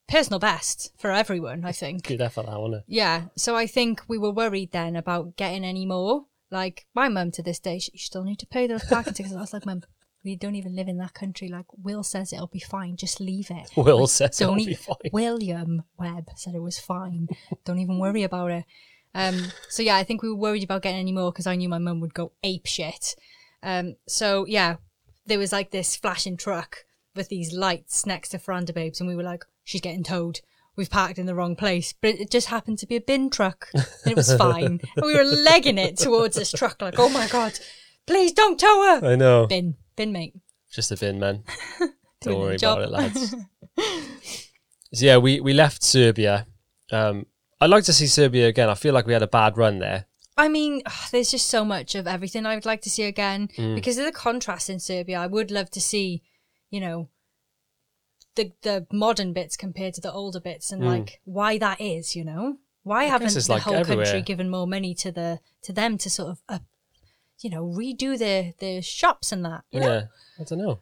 personal best for everyone, I think. Good effort, that wasn't Yeah, so I think we were worried then about getting any more. Like my mum to this day, she, you still need to pay those parking tickets. And I was like, Mum, we don't even live in that country. Like Will says, it'll be fine. Just leave it. it? Will says it'll Don't be even. fine. William Webb said it was fine. Don't even worry about it. Um, so yeah, I think we were worried about getting any more because I knew my mum would go ape shit. Um, so yeah, there was like this flashing truck with these lights next to Ferranda Babes, and we were like, she's getting towed. We've parked in the wrong place, but it just happened to be a bin truck, and it was fine. and we were legging it towards this truck, like, oh my god, please don't tow her. I know. Bin, bin mate. Just a bin, man. Doing Don't their worry job. about it, lads. so yeah, we, we left Serbia. Um, I'd like to see Serbia again. I feel like we had a bad run there. I mean, ugh, there's just so much of everything I would like to see again Mm. because of the contrast in Serbia. I would love to see, you know, the the modern bits compared to the older bits and like why that is. You know, why haven't Mm. it's the like whole everywhere. country given more money to the to them to sort of, uh, you know, redo their their shops and that. You Yeah, know? I don't know.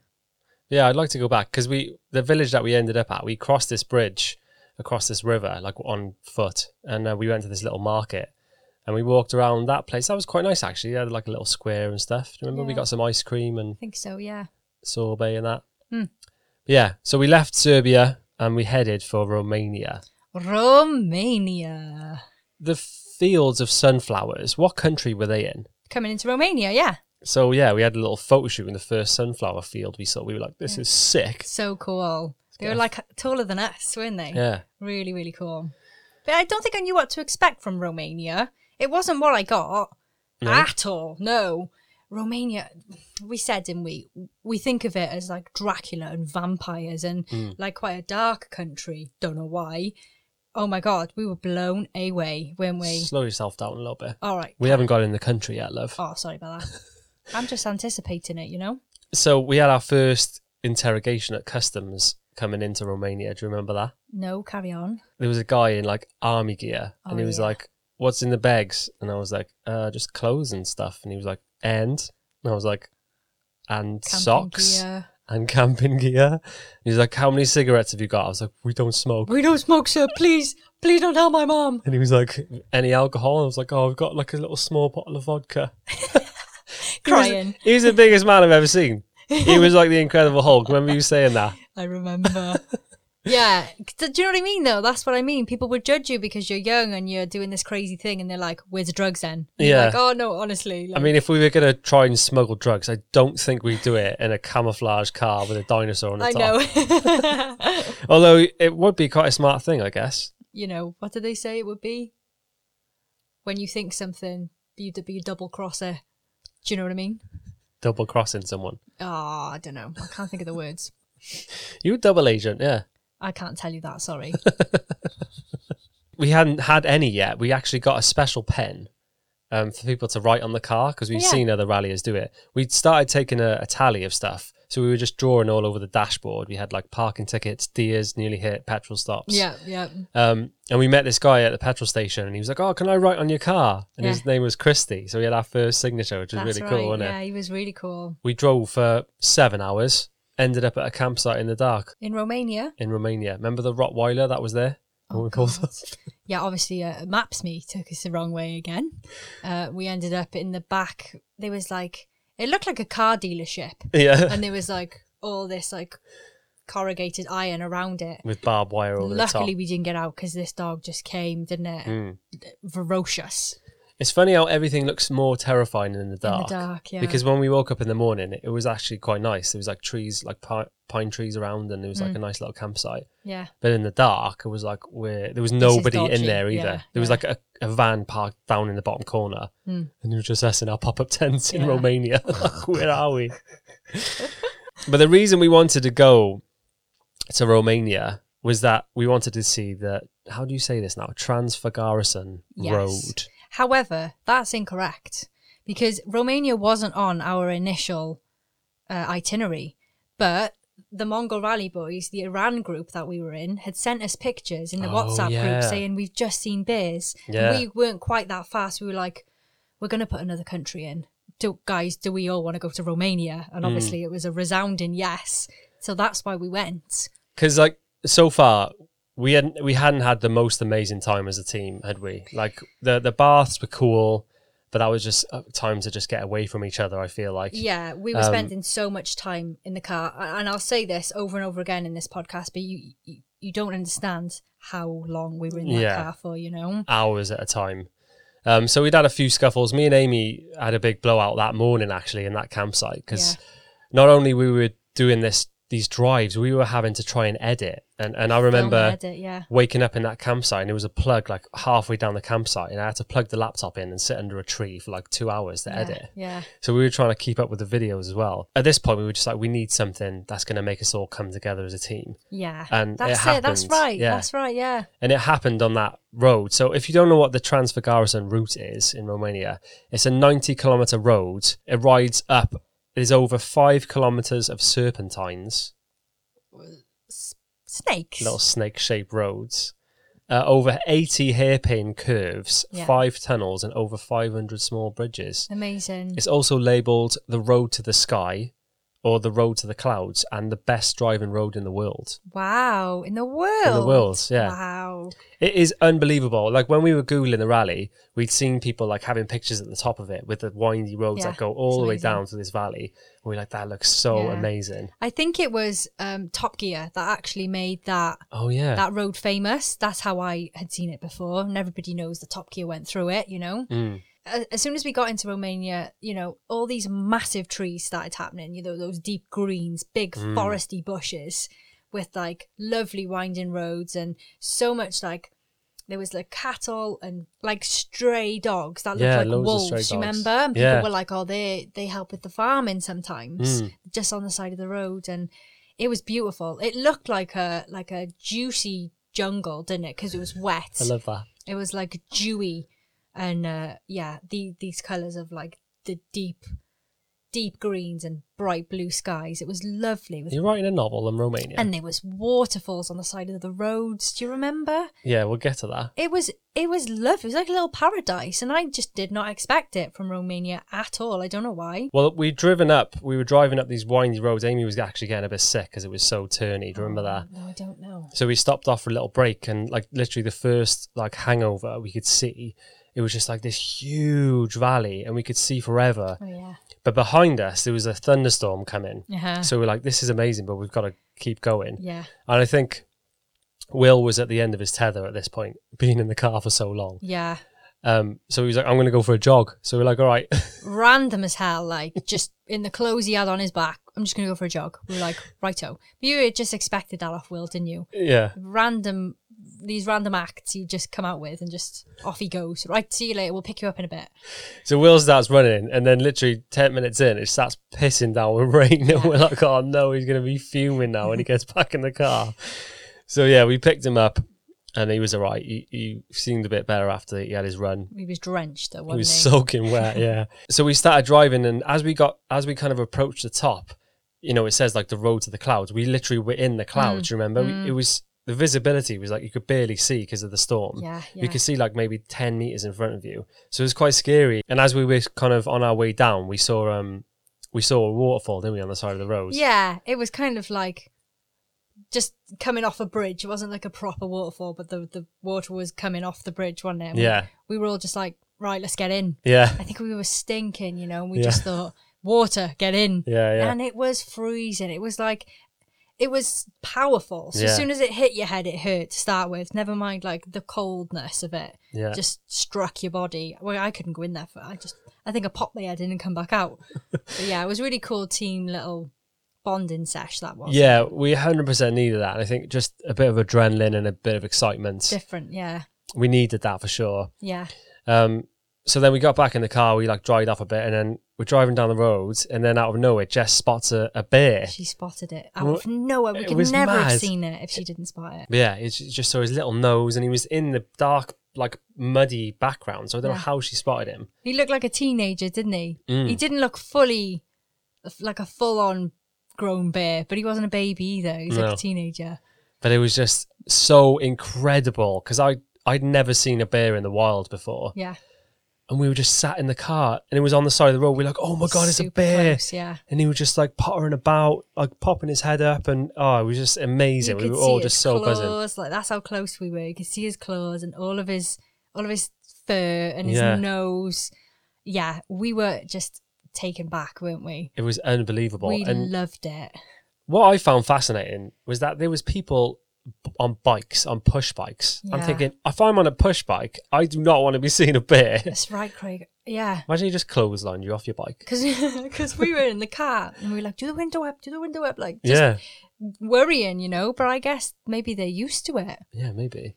Yeah, I'd like to go back because we the village that we ended up at, we crossed this bridge across this river like on foot, and uh, we went to this little market and we walked around that place. That was quite nice actually. They had like a little square and stuff. Do you remember we Yeah. got some ice cream and I think so. Yeah. sorbet and that? Hmm. Yeah, so we left Serbia and we headed for Romania. Romania The fields of sunflowers. What country were they in? coming into Romania. Yeah, So yeah, we had a little photo shoot in the first sunflower field we saw. We were like, "This is sick." so cool. They get were a- like taller than us, weren't they? Yeah. Really, really cool. But I don't think I knew what to expect from Romania. It wasn't what I got at all. No. Romania, we said, didn't we? We think of it as like Dracula and vampires and like quite a dark country. Don't know why. Oh my God, we were blown away, weren't we? Slow yourself down a little bit. All right. We haven't got in the country yet, love. Oh, sorry about that. I'm just anticipating it, you know? So we had our first interrogation at customs coming into Romania. Do you remember that? No, carry on. There was a guy in like army gear and Oh, he was yeah. like, What's in the bags? And I was like, uh, Just clothes and stuff. And he was like, And? And I was like, And Camping socks gear. and camping gear. And he was like, How many cigarettes have you got? I was like, We don't smoke. We don't smoke, sir. Please, please don't tell my mom. And he was like, Any alcohol? And I was like, Oh, I've got like a little small bottle of vodka. He was- Crying. He was the biggest man I've ever seen. He was like the Incredible Hulk. Remember you saying that? I remember. yeah. Do you know what I mean, though? That's what I mean. People would judge you because you're young and you're doing this crazy thing, and they're like, where's the drugs then? And you're Yeah. Like, oh, no, honestly. I like- mean, if we were going to try and smuggle drugs, I don't think we'd do it in a camouflage car with a dinosaur on the I top. know. Although it would be quite a smart thing, I guess. you know, what do they say it would be? When you think something, you'd be a double crosser. Do you know what I mean? Double crossing someone. Oh, I don't know. I can't think of the words. You were double agent, yeah. I can't tell you that. Sorry. We hadn't had any yet. We actually got a special pen um, for people to write on the car because we've Yeah. seen other ralliers do it. We'd started taking a, a tally of stuff. So we were just drawing all over the dashboard. We had like parking tickets, deers, nearly hit, petrol stops. yeah, yeah. Um, and we met this guy at the petrol station, and he was like, "Oh, can I write on your car?" And his name was Christy, so we had our first signature, which was That's really right. cool, wasn't yeah, it? he was really cool. We drove for seven hours, ended up at a campsite in the dark In Romania. in Romania. Remember the Rottweiler that was there? What we called Oh, God. yeah, obviously, uh, Maps Me took us the wrong way again. Uh, we ended up in the back. There was like, it looked like a car dealership, that? yeah, and there was like all this like corrugated iron around it. with barbed wire over Luckily, the top. we didn't get out because this dog just came, didn't it? Mm. Ferocious. It's funny how everything looks more terrifying in the dark. dark, yeah. Because when we woke up in the morning, it was actually quite nice. There was like trees, like pi- pine trees around, and it Mm. was like a nice little campsite. Yeah. But in the dark, it was like where there was is nobody in dodgy, there either. yeah, there was yeah. like a, a van parked down in the bottom corner, Mm. and it was just us in our pop up tents in Yeah. Romania. Like, where are we? but the reason we wanted to go to Romania was that we wanted to see the how do you say this now? Transfagarasan Yes. Road. However, that's incorrect because Romania wasn't on our initial uh, itinerary, but the Mongol Rally Boys, the Iran group that we were in, had sent us pictures in the Oh, WhatsApp yeah. group saying we've just seen bears. And Yeah. we weren't quite that fast. We were like, we're going to put another country in. Do, guys, do we all want to go to Romania? Hmm. And obviously, it was a resounding yes. So that's why we went. Because like so far we hadn't we hadn't had the most amazing time as a team, had we? Like the the baths were cool, but that was just uh, time to just get away from each other. I feel like Yeah, we were Um, spending so much time in the car, A- and I'll say this over and over again in this podcast, but you you, you don't understand how long we were in that Yeah. car for, you know. hours at a time. Um, so we'd had a few scuffles. Me and Amy had a big blowout that morning actually in that campsite because not only we were doing this these drives, we were having to try and edit. And and I remember Film edit, yeah, waking up in that campsite and there was a plug like halfway down the campsite and I had to plug the laptop in and sit under a tree for like two hours to yeah, edit. yeah, So we were trying to keep up with the videos as well. At this point, we were just like, we need something that's going to make us all come together as a team. yeah. And it that's That's happened, right. yeah. That's right. Yeah, And it happened on that road. So if you don't know what the Transfagarasan route is in Romania, it's a 90 kilometer road. It rides up, there's over five kilometers of serpentines, snakes. little snake shaped roads, uh, over 80 hairpin curves, Yeah. five tunnels, and over 500 small bridges. Amazing. It's also labeled the road to the sky or the road to the clouds and the best driving road in the world. wow, in the world. world, yeah. Wow. It is unbelievable. Like when we were Googling the rally, we'd seen people like having pictures at the top of it with the windy roads Yeah, that go it's all the way amazing. down to this valley. And we're like, that looks so Yeah. amazing. I think it was um, Top Gear that actually made that Oh, yeah. that road famous. That's how I had seen it before, and everybody knows the Top Gear went through it. You know. Mm. a- as soon as we got into Romania, you know, all these massive trees started happening, you know, those deep greens, big Mm. foresty bushes with like lovely winding roads and so much like there was like cattle and like stray dogs that looked Yeah, like loads of wolves, stray you dogs. remember? And people Yeah. were like, Oh, they they help with the farming sometimes Mm. just on the side of the road and it was beautiful. It looked like a like a juicy jungle, didn't it? Because it was wet. I love that. It was like dewy, and uh, yeah, the these colors of like the deep, deep greens and bright blue skies. It was lovely, with, You're writing a novel in Romania. and there was waterfalls on the side of the roads. Do you remember? yeah, we'll get to that. It was it was lovely. It was like a little paradise, and I just did not expect it from Romania at all. I don't know why. Well, we'd driven up, we were driving up these windy roads. Amy was actually getting a bit sick because it was so turny. Do you remember that? No, I don't know. So we stopped off for a little break, and like literally the first like hangover we could see, it was just like this huge valley, and we could see forever. Oh yeah. But behind us, there was a thunderstorm coming. Yeah. So we're like, this is amazing, but we've got to keep going. Uh-huh. yeah. And I think Will was at the end of his tether at this point, being in the car for so long. Yeah. Um, so he was like, I'm going to go for a jog. So we're like, all right. random as hell, like just in the clothes he had on his back. I'm just gonna go for a jog. We were like, righto. But you had just expected that off Will, didn't you? yeah. Random these random acts you just come out with and just off he goes. Right, see you later, we'll pick you up in a bit. So Will starts running, and then literally 10 minutes in, it starts pissing down with rain. And we're like, oh no, he's going to be fuming now when he gets back in the car. So yeah, we picked him up, and he was all right. He, he seemed a bit better after he had his run. He was drenched though, He wasn't he? was soaking wet, yeah. so we started driving, and as we got, as we kind of approached the top, you know, it says like the road to the clouds. We literally were in the clouds. Remember, We- it was the visibility was like you could barely see because of the storm. Yeah, You yeah. could see like maybe ten meters in front of you, so it was quite scary. And as we were kind of on our way down, we saw um, we saw a waterfall, didn't we, on the side of the road? yeah, it was kind of like just coming off a bridge. It wasn't like a proper waterfall, but the, the water was coming off the bridge, wasn't it? And we- Yeah. We were all just like, right, let's get in. yeah, I think we were stinking, you know, and we Yeah. just thought, water, get in. yeah, yeah. And it was freezing. It was like, it was powerful. So Yeah. as soon as it hit your head, it hurt to start with. Never mind like the coldness of it. Yeah. Just struck your body. Well, I couldn't go in there for. I just, I think I popped my head in and come back out. but yeah, it was really cool team little bonding sesh that was. Yeah, we 100% needed that. And I think just a bit of adrenaline and a bit of excitement. Different, yeah. We needed that for sure. Yeah. Um, so then we got back in the car, we like dried off a bit, and then we're driving down the road, and then out of nowhere, Jess spots a, a bear. She spotted it Well, out of nowhere. We it could was never mad. have seen it if she didn't spot it. But yeah, it's she just saw his little nose, and he was in the dark, like muddy background. So I don't know Yeah. how she spotted him. He looked like a teenager, didn't he? Mm. He didn't look fully like a full on grown bear, but he wasn't a baby either. He's like No. a teenager. But it was just so incredible because I I'd never seen a bear in the wild before, Yeah. and we were just sat in the car, and it was on the side of the road. We are like, oh my god, it's a Super bear. close, yeah. And he was just like pottering about, like popping his head up, and oh, it was just You amazing. we could were see all his just so claws, buzzing. Like that's how close we were. You could see his claws and all of his all of his fur and his Yeah. nose. Yeah, we were just taken back, weren't we? It was unbelievable. we and loved it. what I found fascinating was that there was people b- on bikes, on push bikes. I'm Yeah. thinking, if I'm on a push bike, I do not want to be seeing a bear. That's right, Craig. Yeah. Imagine he just clotheslined you off your bike. Because we were in the car and we were like, do the window up, do the window up, like just Yeah, worrying, you know. But I guess maybe they're used to it. yeah, maybe.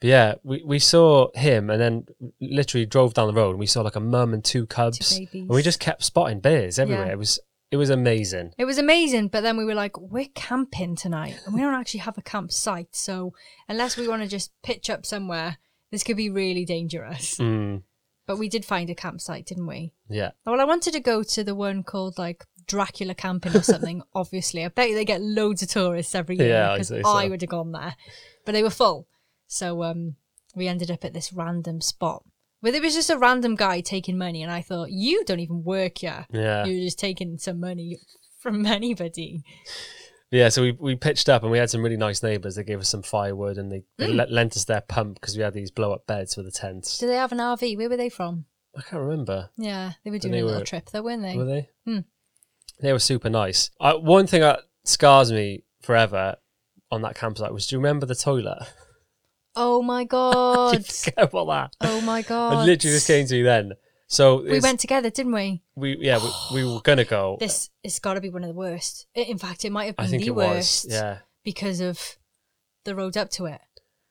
But yeah, we, we saw him and then literally drove down the road and we saw like a mum and two cubs. and we babies. just kept spotting bears everywhere. Yeah. It was it was amazing. It was amazing, but then we were like, we're camping tonight and we don't actually have a campsite. So unless we want to just pitch up somewhere, this could be really dangerous. Mm, But we did find a campsite, didn't we? yeah. Well, I wanted to go to the one called like Dracula Camping or something, obviously. I bet you they get loads of tourists every year Yeah, I'd because say so. I would have gone there. But they were full. So um, we ended up at this random spot where there was just a random guy taking money. And I thought, you don't even work here. Yeah. You're just taking some money from anybody. Yeah, so we, we pitched up and we had some really nice neighbours. They gave us some firewood and they, Mm. they le- lent us their pump because we had these blow up beds with a tent. Do they have an RV? Where were they from? I can't remember. Yeah, they were doing they a little were- trip though, weren't they? Were they? Hmm. They were super nice. I, one thing that scars me forever on that campsite was do you remember the toilet? Oh my you god! forget about that. oh my god! I literally just came to you then. So We it's- went together, didn't we? We yeah we, we were gonna go. This it's got to be one of the worst. I- In fact, it might have been I think the it worst was yeah. because of the road up to it.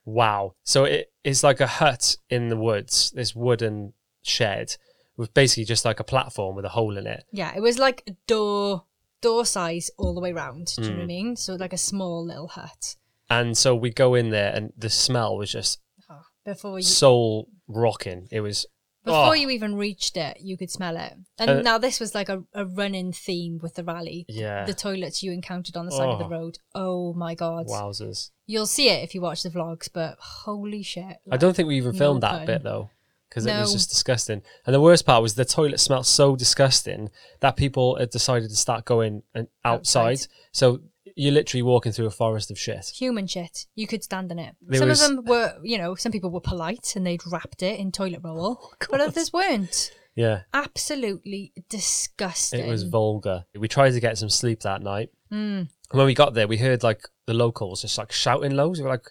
Wow. So it, it's like a hut in the woods. This wooden shed with basically just like a platform with a hole in it. Yeah, it was like a door door size all the way round. Do you know Mm. what I mean? So like a small little hut. And so we go in there, and the smell was just Oh, before you soul rocking. It was before oh, you even reached it, you could smell it. And Uh, now this was like a, a running theme with the rally. yeah, the toilets you encountered on the side of the Oh. road. Oh my god. wowzers. You'll see it if you watch the vlogs, but holy shit. I don't think we even no filmed that pun. bit though, because it was No. just disgusting. And the worst part was the toilet smelled so disgusting that people had decided to start going and outside. Outside. So you're literally walking through a forest of shit. Human shit. You could stand in it. There some was- of them were, you know, some people were polite and they'd wrapped it in toilet roll, Oh, but others weren't. Yeah, Absolutely disgusting. it was vulgar. We tried to get some sleep that night. Hmm. And when we got there, we heard like the locals just like shouting loads. We were like,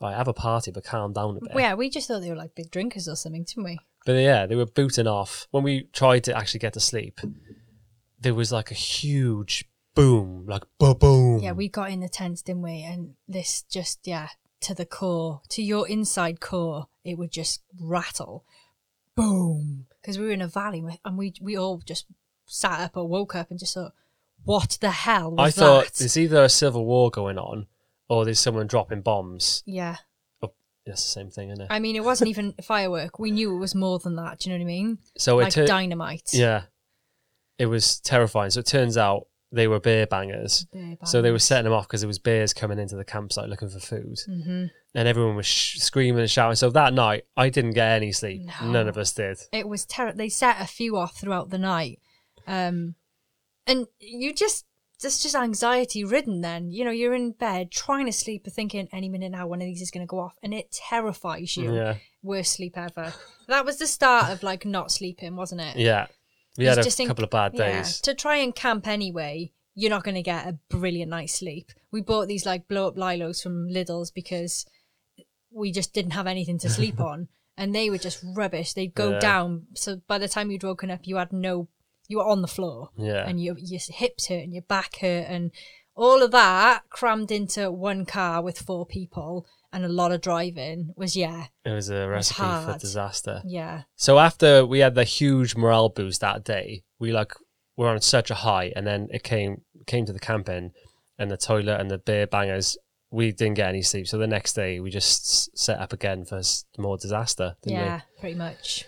"All right, have a party, but calm down a bit." yeah, we just thought they were like big drinkers or something, didn't we? But yeah, they were booting off. When we tried to actually get to sleep, there was like a huge boom, like ba boom. Yeah, we got in the tents, didn't we? And this just, yeah, to the core, to your inside core, it would just rattle. Boom. Because we were in a valley with- and we, we all just sat up or woke up and just thought, what the hell I was thought that? there's either a civil war going on or there's someone dropping bombs. Yeah. That's the same thing, isn't it? I mean, it wasn't even firework. We knew it was more than that. Do you know what I mean? so Oh, it like tur- dynamite. yeah, it was terrifying. So it turns out they were bear bangers. Bear So they were bangers. setting them off because there was bears coming into the campsite looking for food, mm-hmm. and everyone was sh- screaming and shouting. So that night, I didn't get any sleep. No. None of us did. It was terrible. They set a few off throughout the night. Um, and you just, that's just anxiety ridden then. You know, you're in bed trying to sleep, but thinking any minute now one of these is going to go off. And it terrifies you. Yeah, Worst sleep ever. That was the start of like not sleeping, wasn't it? yeah. We It's had just a in- couple of bad Yeah, days. to try and camp anyway, you're not going to get a brilliant night's sleep. We bought these like blow up lilos from Lidl's because we just didn't have anything to sleep on, and they were just rubbish. They'd go Yeah. down, so by the time you'd woken up, you had no you were on the floor. Yeah. And your your hips hurt and your back hurt and all of that crammed into one car with four people and a lot of driving was yeah, It was a recipe for hard. disaster. yeah. So after we had the huge morale boost that day, we like were on such a high, and then it came came to the camping, and the toilet and the beer bangers. We didn't get any sleep, so the next day we just s- set up again for s- more disaster. Didn't yeah, pretty much.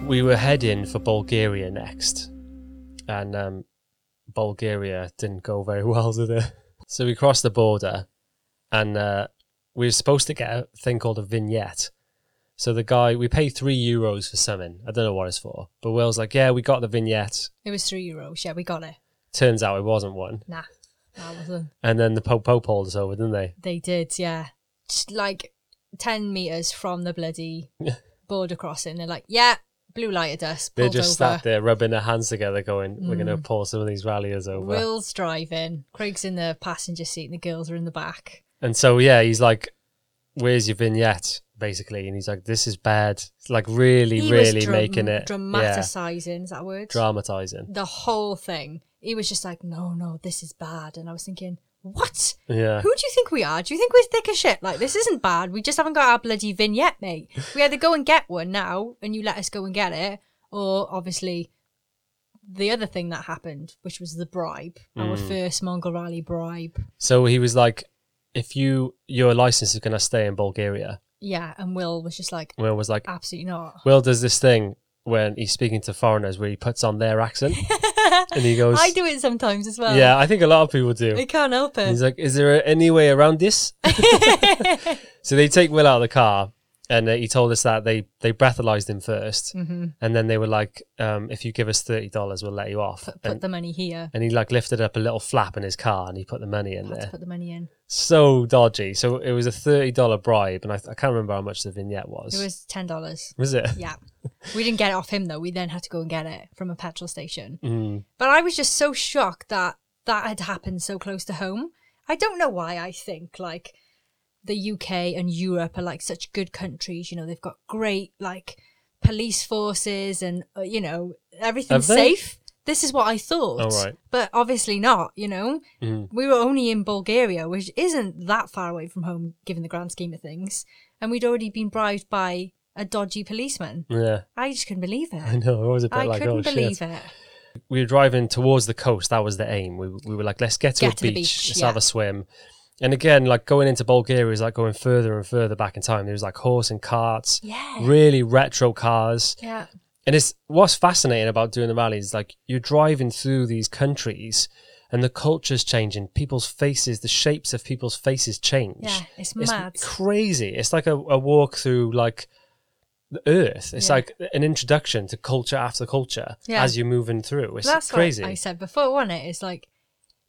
we? we were heading for Bulgaria next, and um, Bulgaria didn't go very well, did it? So we crossed the border, and uh, we were supposed to get a thing called a vignette. So the guy, we pay three euros for something. I don't know what it's for, but Will's like, "Yeah, we got the vignette." It was three euros, yeah, we got it. Turns out it wasn't one, Nah. That wasn't and then the Pope Pope pulled us over, didn't they? They did, yeah. Just, Like 10 meters from the bloody border crossing. They're like, yeah, blue light at us. They pulled just over. sat there rubbing their hands together, going, "We're going to pull some of these ralliers over." Will's driving. Craig's in the passenger seat and the girls are in the back. And so yeah, he's like, "Where's your vignette?" Basically, and he's like, "This is bad." It's like really, really was dram- making it yeah, Dramatising, is that a word? dramatizing. the whole thing. He was just like, no, no, this is bad. And I was thinking, what? Yeah, Who do you think we are? Do you think we're thick as shit? Like, this isn't bad. We just haven't got our bloody vignette, mate. We either go and get one now and you let us go and get it, or obviously the other thing that happened, which was the bribe, our Mm. first Mongol Rally bribe. So he was like, "If you your license is going to stay in Bulgaria," Yeah. And Will was just like, Will was like, absolutely not. Will does this thing when he's speaking to foreigners where he puts on their accent and he goes, I do it sometimes as well. Yeah, I think a lot of people do. I can't help And it. he's like, Is there any way around this? so they take Will out of the car and uh, he told us that they, they breathalyzed him 1st Mm-hmm. And then they were like, um, If you give us $30, we'll let you off. Put, and, put the money here. and he like lifted up a little flap in his car and he put the money in Had to there. put the money in. So dodgy. So it was a $30 bribe. And I, I can't remember how much the vignette was. It was ten dollars. Was it? Yeah. We didn't get it off him though. We then had to go and get it from a petrol station. Mm. But I was just so shocked that that had happened so close to home. I don't know why I think like the UK and Europe are like such good countries. You know, they've got great like police forces and uh, you know everything's Have they? safe. This is what I thought. Oh, right. But obviously not, you know. Mm. We were only in Bulgaria, which isn't that far away from home given the grand scheme of things, and we'd already been bribed by a dodgy policeman. Yeah. I just couldn't believe I it. know. I was a bit I like, couldn't Oh, shit. believe it. we were driving towards the coast. That was the aim. We, we were like, let's get to Get a to the beach, beach, let's yeah. have a swim. And again, like going into Bulgaria was like going further and further back in time. There was like horse and carts, Yeah. really retro cars. Yeah. And it's what's fascinating about doing the rally is like you're driving through these countries and the culture's changing. People's faces, the shapes of people's faces change. Yeah, it's mad. crazy. It's like a, a walk through like the earth. It's Yeah. like an introduction to culture after culture Yeah. as you're moving through. It's That's crazy. what I said before, wasn't it? It's like,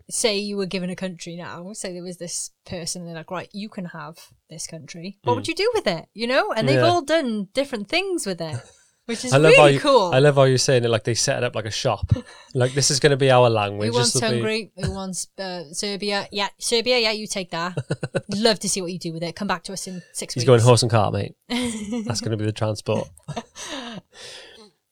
say you were given a country now, say there was this person, they're like, right, you can have this country. What would you do with it? You know? And they've Mm. Yeah. all done different things with it, which is I love really how you, cool. I love how you're saying it like they set it up like a shop. like this is going to be our language. who wants this will be- Hungary? Who wants uh, Serbia? Yeah, Serbia. Yeah, you take that. Love to see what you do with it. Come back to us in six He's weeks. going horse and cart, mate. That's going to be the transport.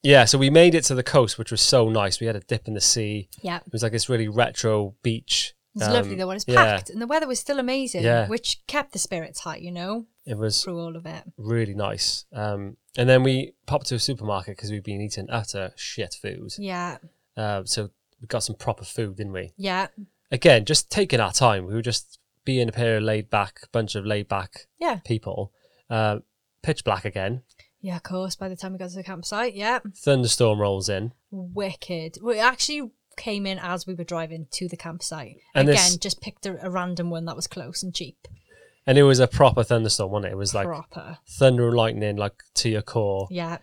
yeah, so we made it to the coast, which was so nice. We had a dip in the sea. Yeah, It was like this really retro beach. it's Um, lovely. The one is yeah. packed, and the weather was still amazing, Yeah. which kept the spirits high. You know, It was through all of it. really nice. Um, and then we popped to a supermarket because we've been eating utter shit food. Yeah, Uh, so we got some proper food, didn't we? yeah, Again, just taking our time. We were just being a pair of laid back, bunch of laid back yeah. people. Uh, pitch black again. Yeah, of course. By the time we got to the campsite, yeah, Thunderstorm rolls in. wicked. We actually came in as we were driving to the campsite. And Again, this- just picked a, a random one that was close and cheap. And it was a proper thunderstorm, wasn't it? It was like Proper. thunder and lightning, like to your core. Yeah,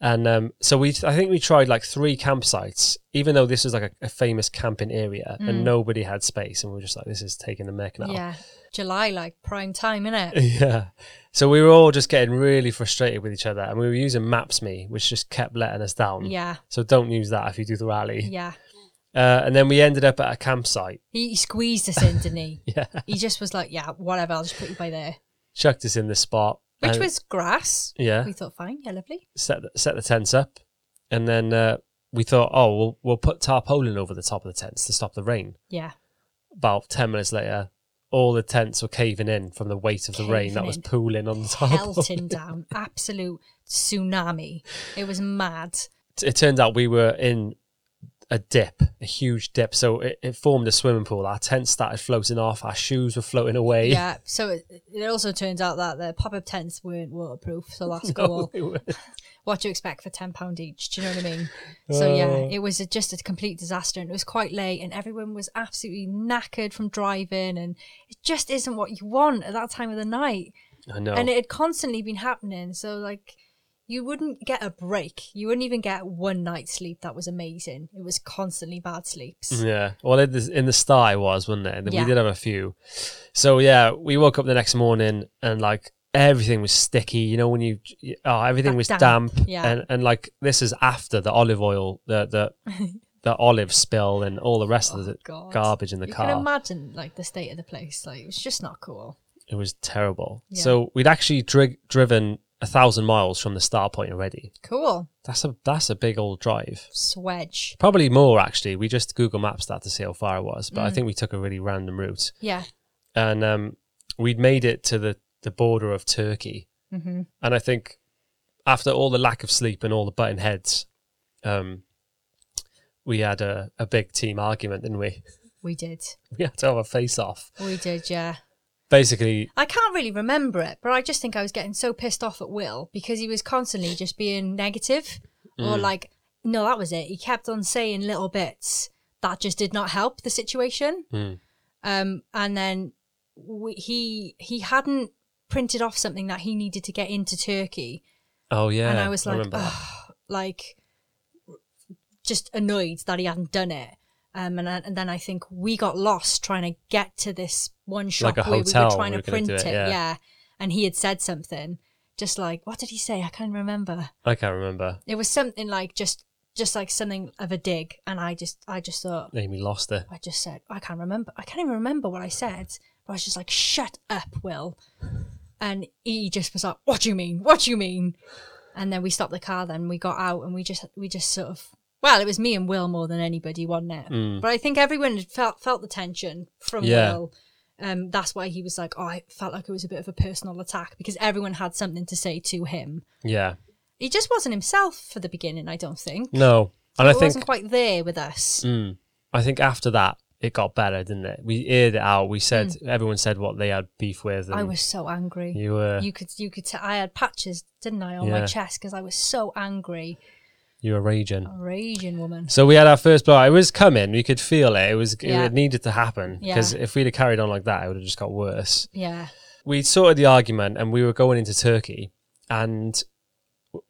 And um, so we, I think we tried like three campsites, even though this is like a, a famous camping area and nobody had space. And we were just like, this is taking the mech now. yeah. July, like prime time, innit? Yeah. So we were all just getting really frustrated with each other. And we were using Maps.me, which just kept letting us down. Yeah, So don't use that if you do the rally. yeah. Uh, and then we ended up at a campsite. He, he squeezed us in, didn't he? Yeah. He just was like, yeah, whatever, I'll just put you by there. Chucked us in this spot. Which and- was grass. Uh, Yeah. We thought, fine, yeah, lovely. set the, set the tents up, And then uh, we thought, oh, we'll, we'll put tarpaulin over the top of the tents to stop the rain. Yeah. About 10 minutes later, all the tents were caving in from the weight of the rain that was Caving in. pooling on the top. Pelting down. Absolute tsunami. It was mad. it turned out we were in a dip, a huge dip. So it, it formed a swimming pool. Our tent started floating off. Our shoes were floating away. Yeah. So it, it also turns out that the pop up tents weren't waterproof. So that's cool. They were- what do you expect for ten pound each? Do you know what I mean? So yeah, Uh. it was a, just a complete disaster, and it was quite late, and everyone was absolutely knackered from driving, and it just isn't what you want at that time of the night. I know. And it had constantly been happening, so like you wouldn't get a break. You wouldn't even get one night's sleep that was amazing. It was constantly bad sleeps. yeah. Well, in the, in the start, it was, wasn't it? And then Yeah. We did have a few. So yeah, we woke up the next morning and like everything was sticky. You know, when you, oh, everything That was damp. damp, yeah. And, and like this is after the olive oil, the, the, the olive spill and all the rest of the Oh, God. garbage in the you car. can imagine like the state of the place. Like it was just not cool. It was terrible. Yeah. So we'd actually dri- driven a thousand miles from the start point already. Cool. That's a that's a big old drive. Swedge. Probably more actually. We just Google Maps that to see how far it was, but I Mm. think we took a really random route, Yeah. and um, we'd made it to the the border of Turkey. Mhm. And I think after all the lack of sleep and all the butting heads, um, we had a, a big team argument, didn't we? We did. We had to have a face off. We did, yeah. Basically, I can't really remember it, but I just think I was getting so pissed off at Will because he was constantly just being negative or like, no, that was it. He kept on saying little bits that just did not help the situation. Hmm. Um, and then we, he he hadn't printed off something that he needed to get into Turkey, oh yeah, and I was like, remember that. "Ugh," like just annoyed that he hadn't done it. Um, and, I- and then I think we got lost trying to get to this one shop a where we hotel, were trying we were to gonna print do it. it, yeah. And he had said something just like, what did he say? I can't remember. I can't remember. It was something like just, just like something of a dig. And I just, I just thought, Amy lost it. I just said, I can't remember. I can't even remember what I said. But I was just like, shut up, Will. And he just was like, what do you mean? What do you mean? And then we stopped the car. Then we got out and we just, we just sort of, well, it was me and Will more than anybody, wasn't it? But I think everyone had felt, felt the tension from Mm. Yeah. Will. Um, that's why he was like, oh, I felt like it was a bit of a personal attack because everyone had something to say to him. Yeah. He just wasn't himself for the beginning, I don't think. No. And I He think wasn't quite there with us. Mm. I think after that it got better, didn't it? We aired it out. We said everyone said what they had beef with. And Hmm. I was so angry. You were you, you could you could t- I had patches didn't I on my Yeah. chest because I was so angry were raging. a raging woman So we had our first blow. It was coming. We could feel it. It was Yeah. it needed to happen Yeah. because if we'd have carried on like that, it would have just got worse. yeah We sorted the argument and we were going into Turkey. And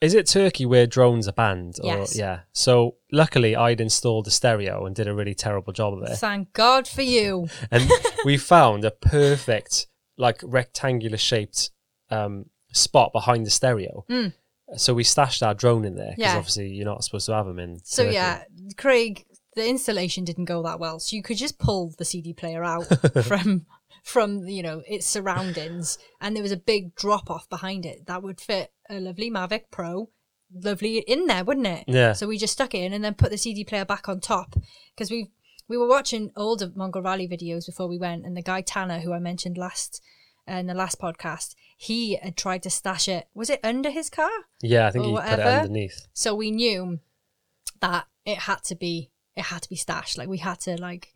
is it Turkey where drones are banned? Yes. yeah. So luckily, I'd installed a stereo and did a really terrible job of it. thank god for you and we found a perfect like rectangular shaped um spot behind the stereo Mm. so we stashed our drone in there because Yeah. obviously you're not supposed to have them in so Turkey. yeah Craig the installation didn't go that well so you could just pull the CD player out from from you know its surroundings and there was a big drop off behind it that would fit a lovely Mavic Pro lovely in there wouldn't it Yeah. so we just stuck it in and then put the CD player back on top because we we were watching older Mongol Rally videos before we went, and the guy Tanner, who I mentioned last uh, in the last podcast, he had tried to stash it. Was it under his car? yeah i think or you put it whatever. underneath So we knew that it had to be it had to be stashed. Like we had to like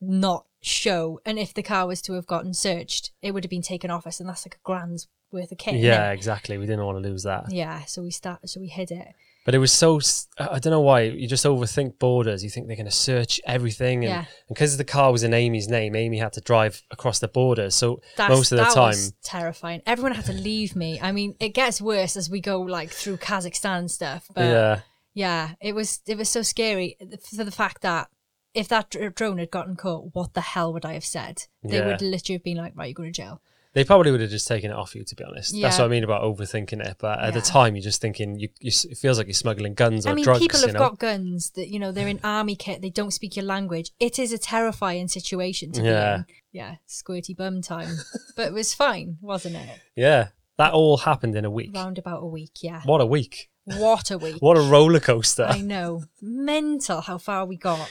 not show. And if the car was to have gotten searched, it would have been taken off us, and that's like a grand's worth of kit. isn't yeah it? exactly we didn't want to lose that Yeah. So we start. So we hid it. but it was so s- i I don't know why you just overthink borders you think they're going to search everything Yeah. and because the car was in amy's name amy had to drive across the borders so That's, most of the that time was terrifying. Everyone had to leave me. I mean, it gets worse as we go like through Kazakhstan and stuff. But yeah. yeah it was it was so scary for the fact that if that dr- drone had gotten caught, what the hell would I have said? They Yeah. would literally have been like, "Right, you're going to jail." They probably would have just taken it off you, to be honest. That's Yeah. what I mean about overthinking it. But at the Yeah. time, you're just thinking you, you. s- It feels like you're smuggling guns or I mean, drugs. people have you know? got guns that you know they're in army kit. They don't speak your language. It is a terrifying situation to Yeah. be in. Yeah, squirty bum time, but it was fine, wasn't it? Yeah, that all happened in a week. Round about a week. Yeah. What a week! What a week. What a roller coaster. I know. Mental how far we got.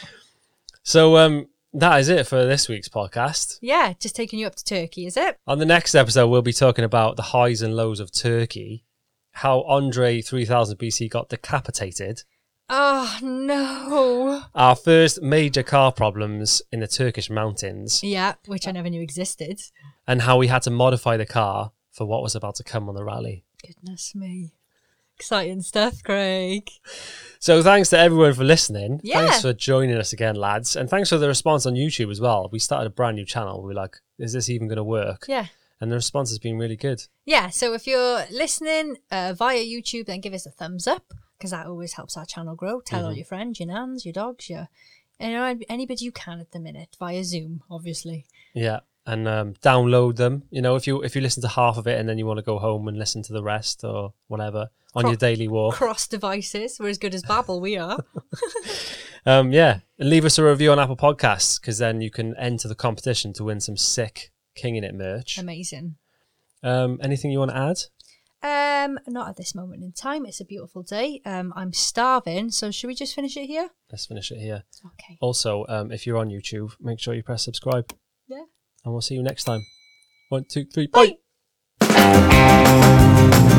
So um, that is it for this week's podcast. Yeah, just taking you up to Turkey, is it? On the next episode, we'll be talking about the highs and lows of Turkey, how Andre 3000 BC got decapitated, Oh, no. our first major car problems in the Turkish mountains, Yeah, which I never knew existed. and how we had to modify the car for what was about to come on the rally. Goodness me. Exciting stuff, Craig. So thanks to everyone for listening. Yeah. Thanks for joining us again, lads. And thanks for the response on YouTube as well. We started a brand new channel. We were like, is this even going to work? Yeah. And the response has been really good. Yeah, so if you're listening uh, via YouTube, then give us a thumbs up because that always helps our channel grow. Tell all your friends, your nans, your dogs, your you know, anybody you can at the minute via Zoom, obviously. Yeah. And um, download them. You know, if you if you listen to half of it and then you want to go home and listen to the rest or whatever on Cro- your daily walk. Cross devices, we're as good as Babbel, we are. Um, yeah, and leave us a review on Apple Podcasts because then you can enter the competition to win some sick King in It merch. Amazing. Um, anything you want to add? Um, not at this moment in time. It's a beautiful day. Um, I'm starving, so should we just finish it here? Let's finish it here. Okay. Also, um, if you're on YouTube, make sure you press subscribe. Yeah. And we'll see you next time. One, two, three, bye. Bye.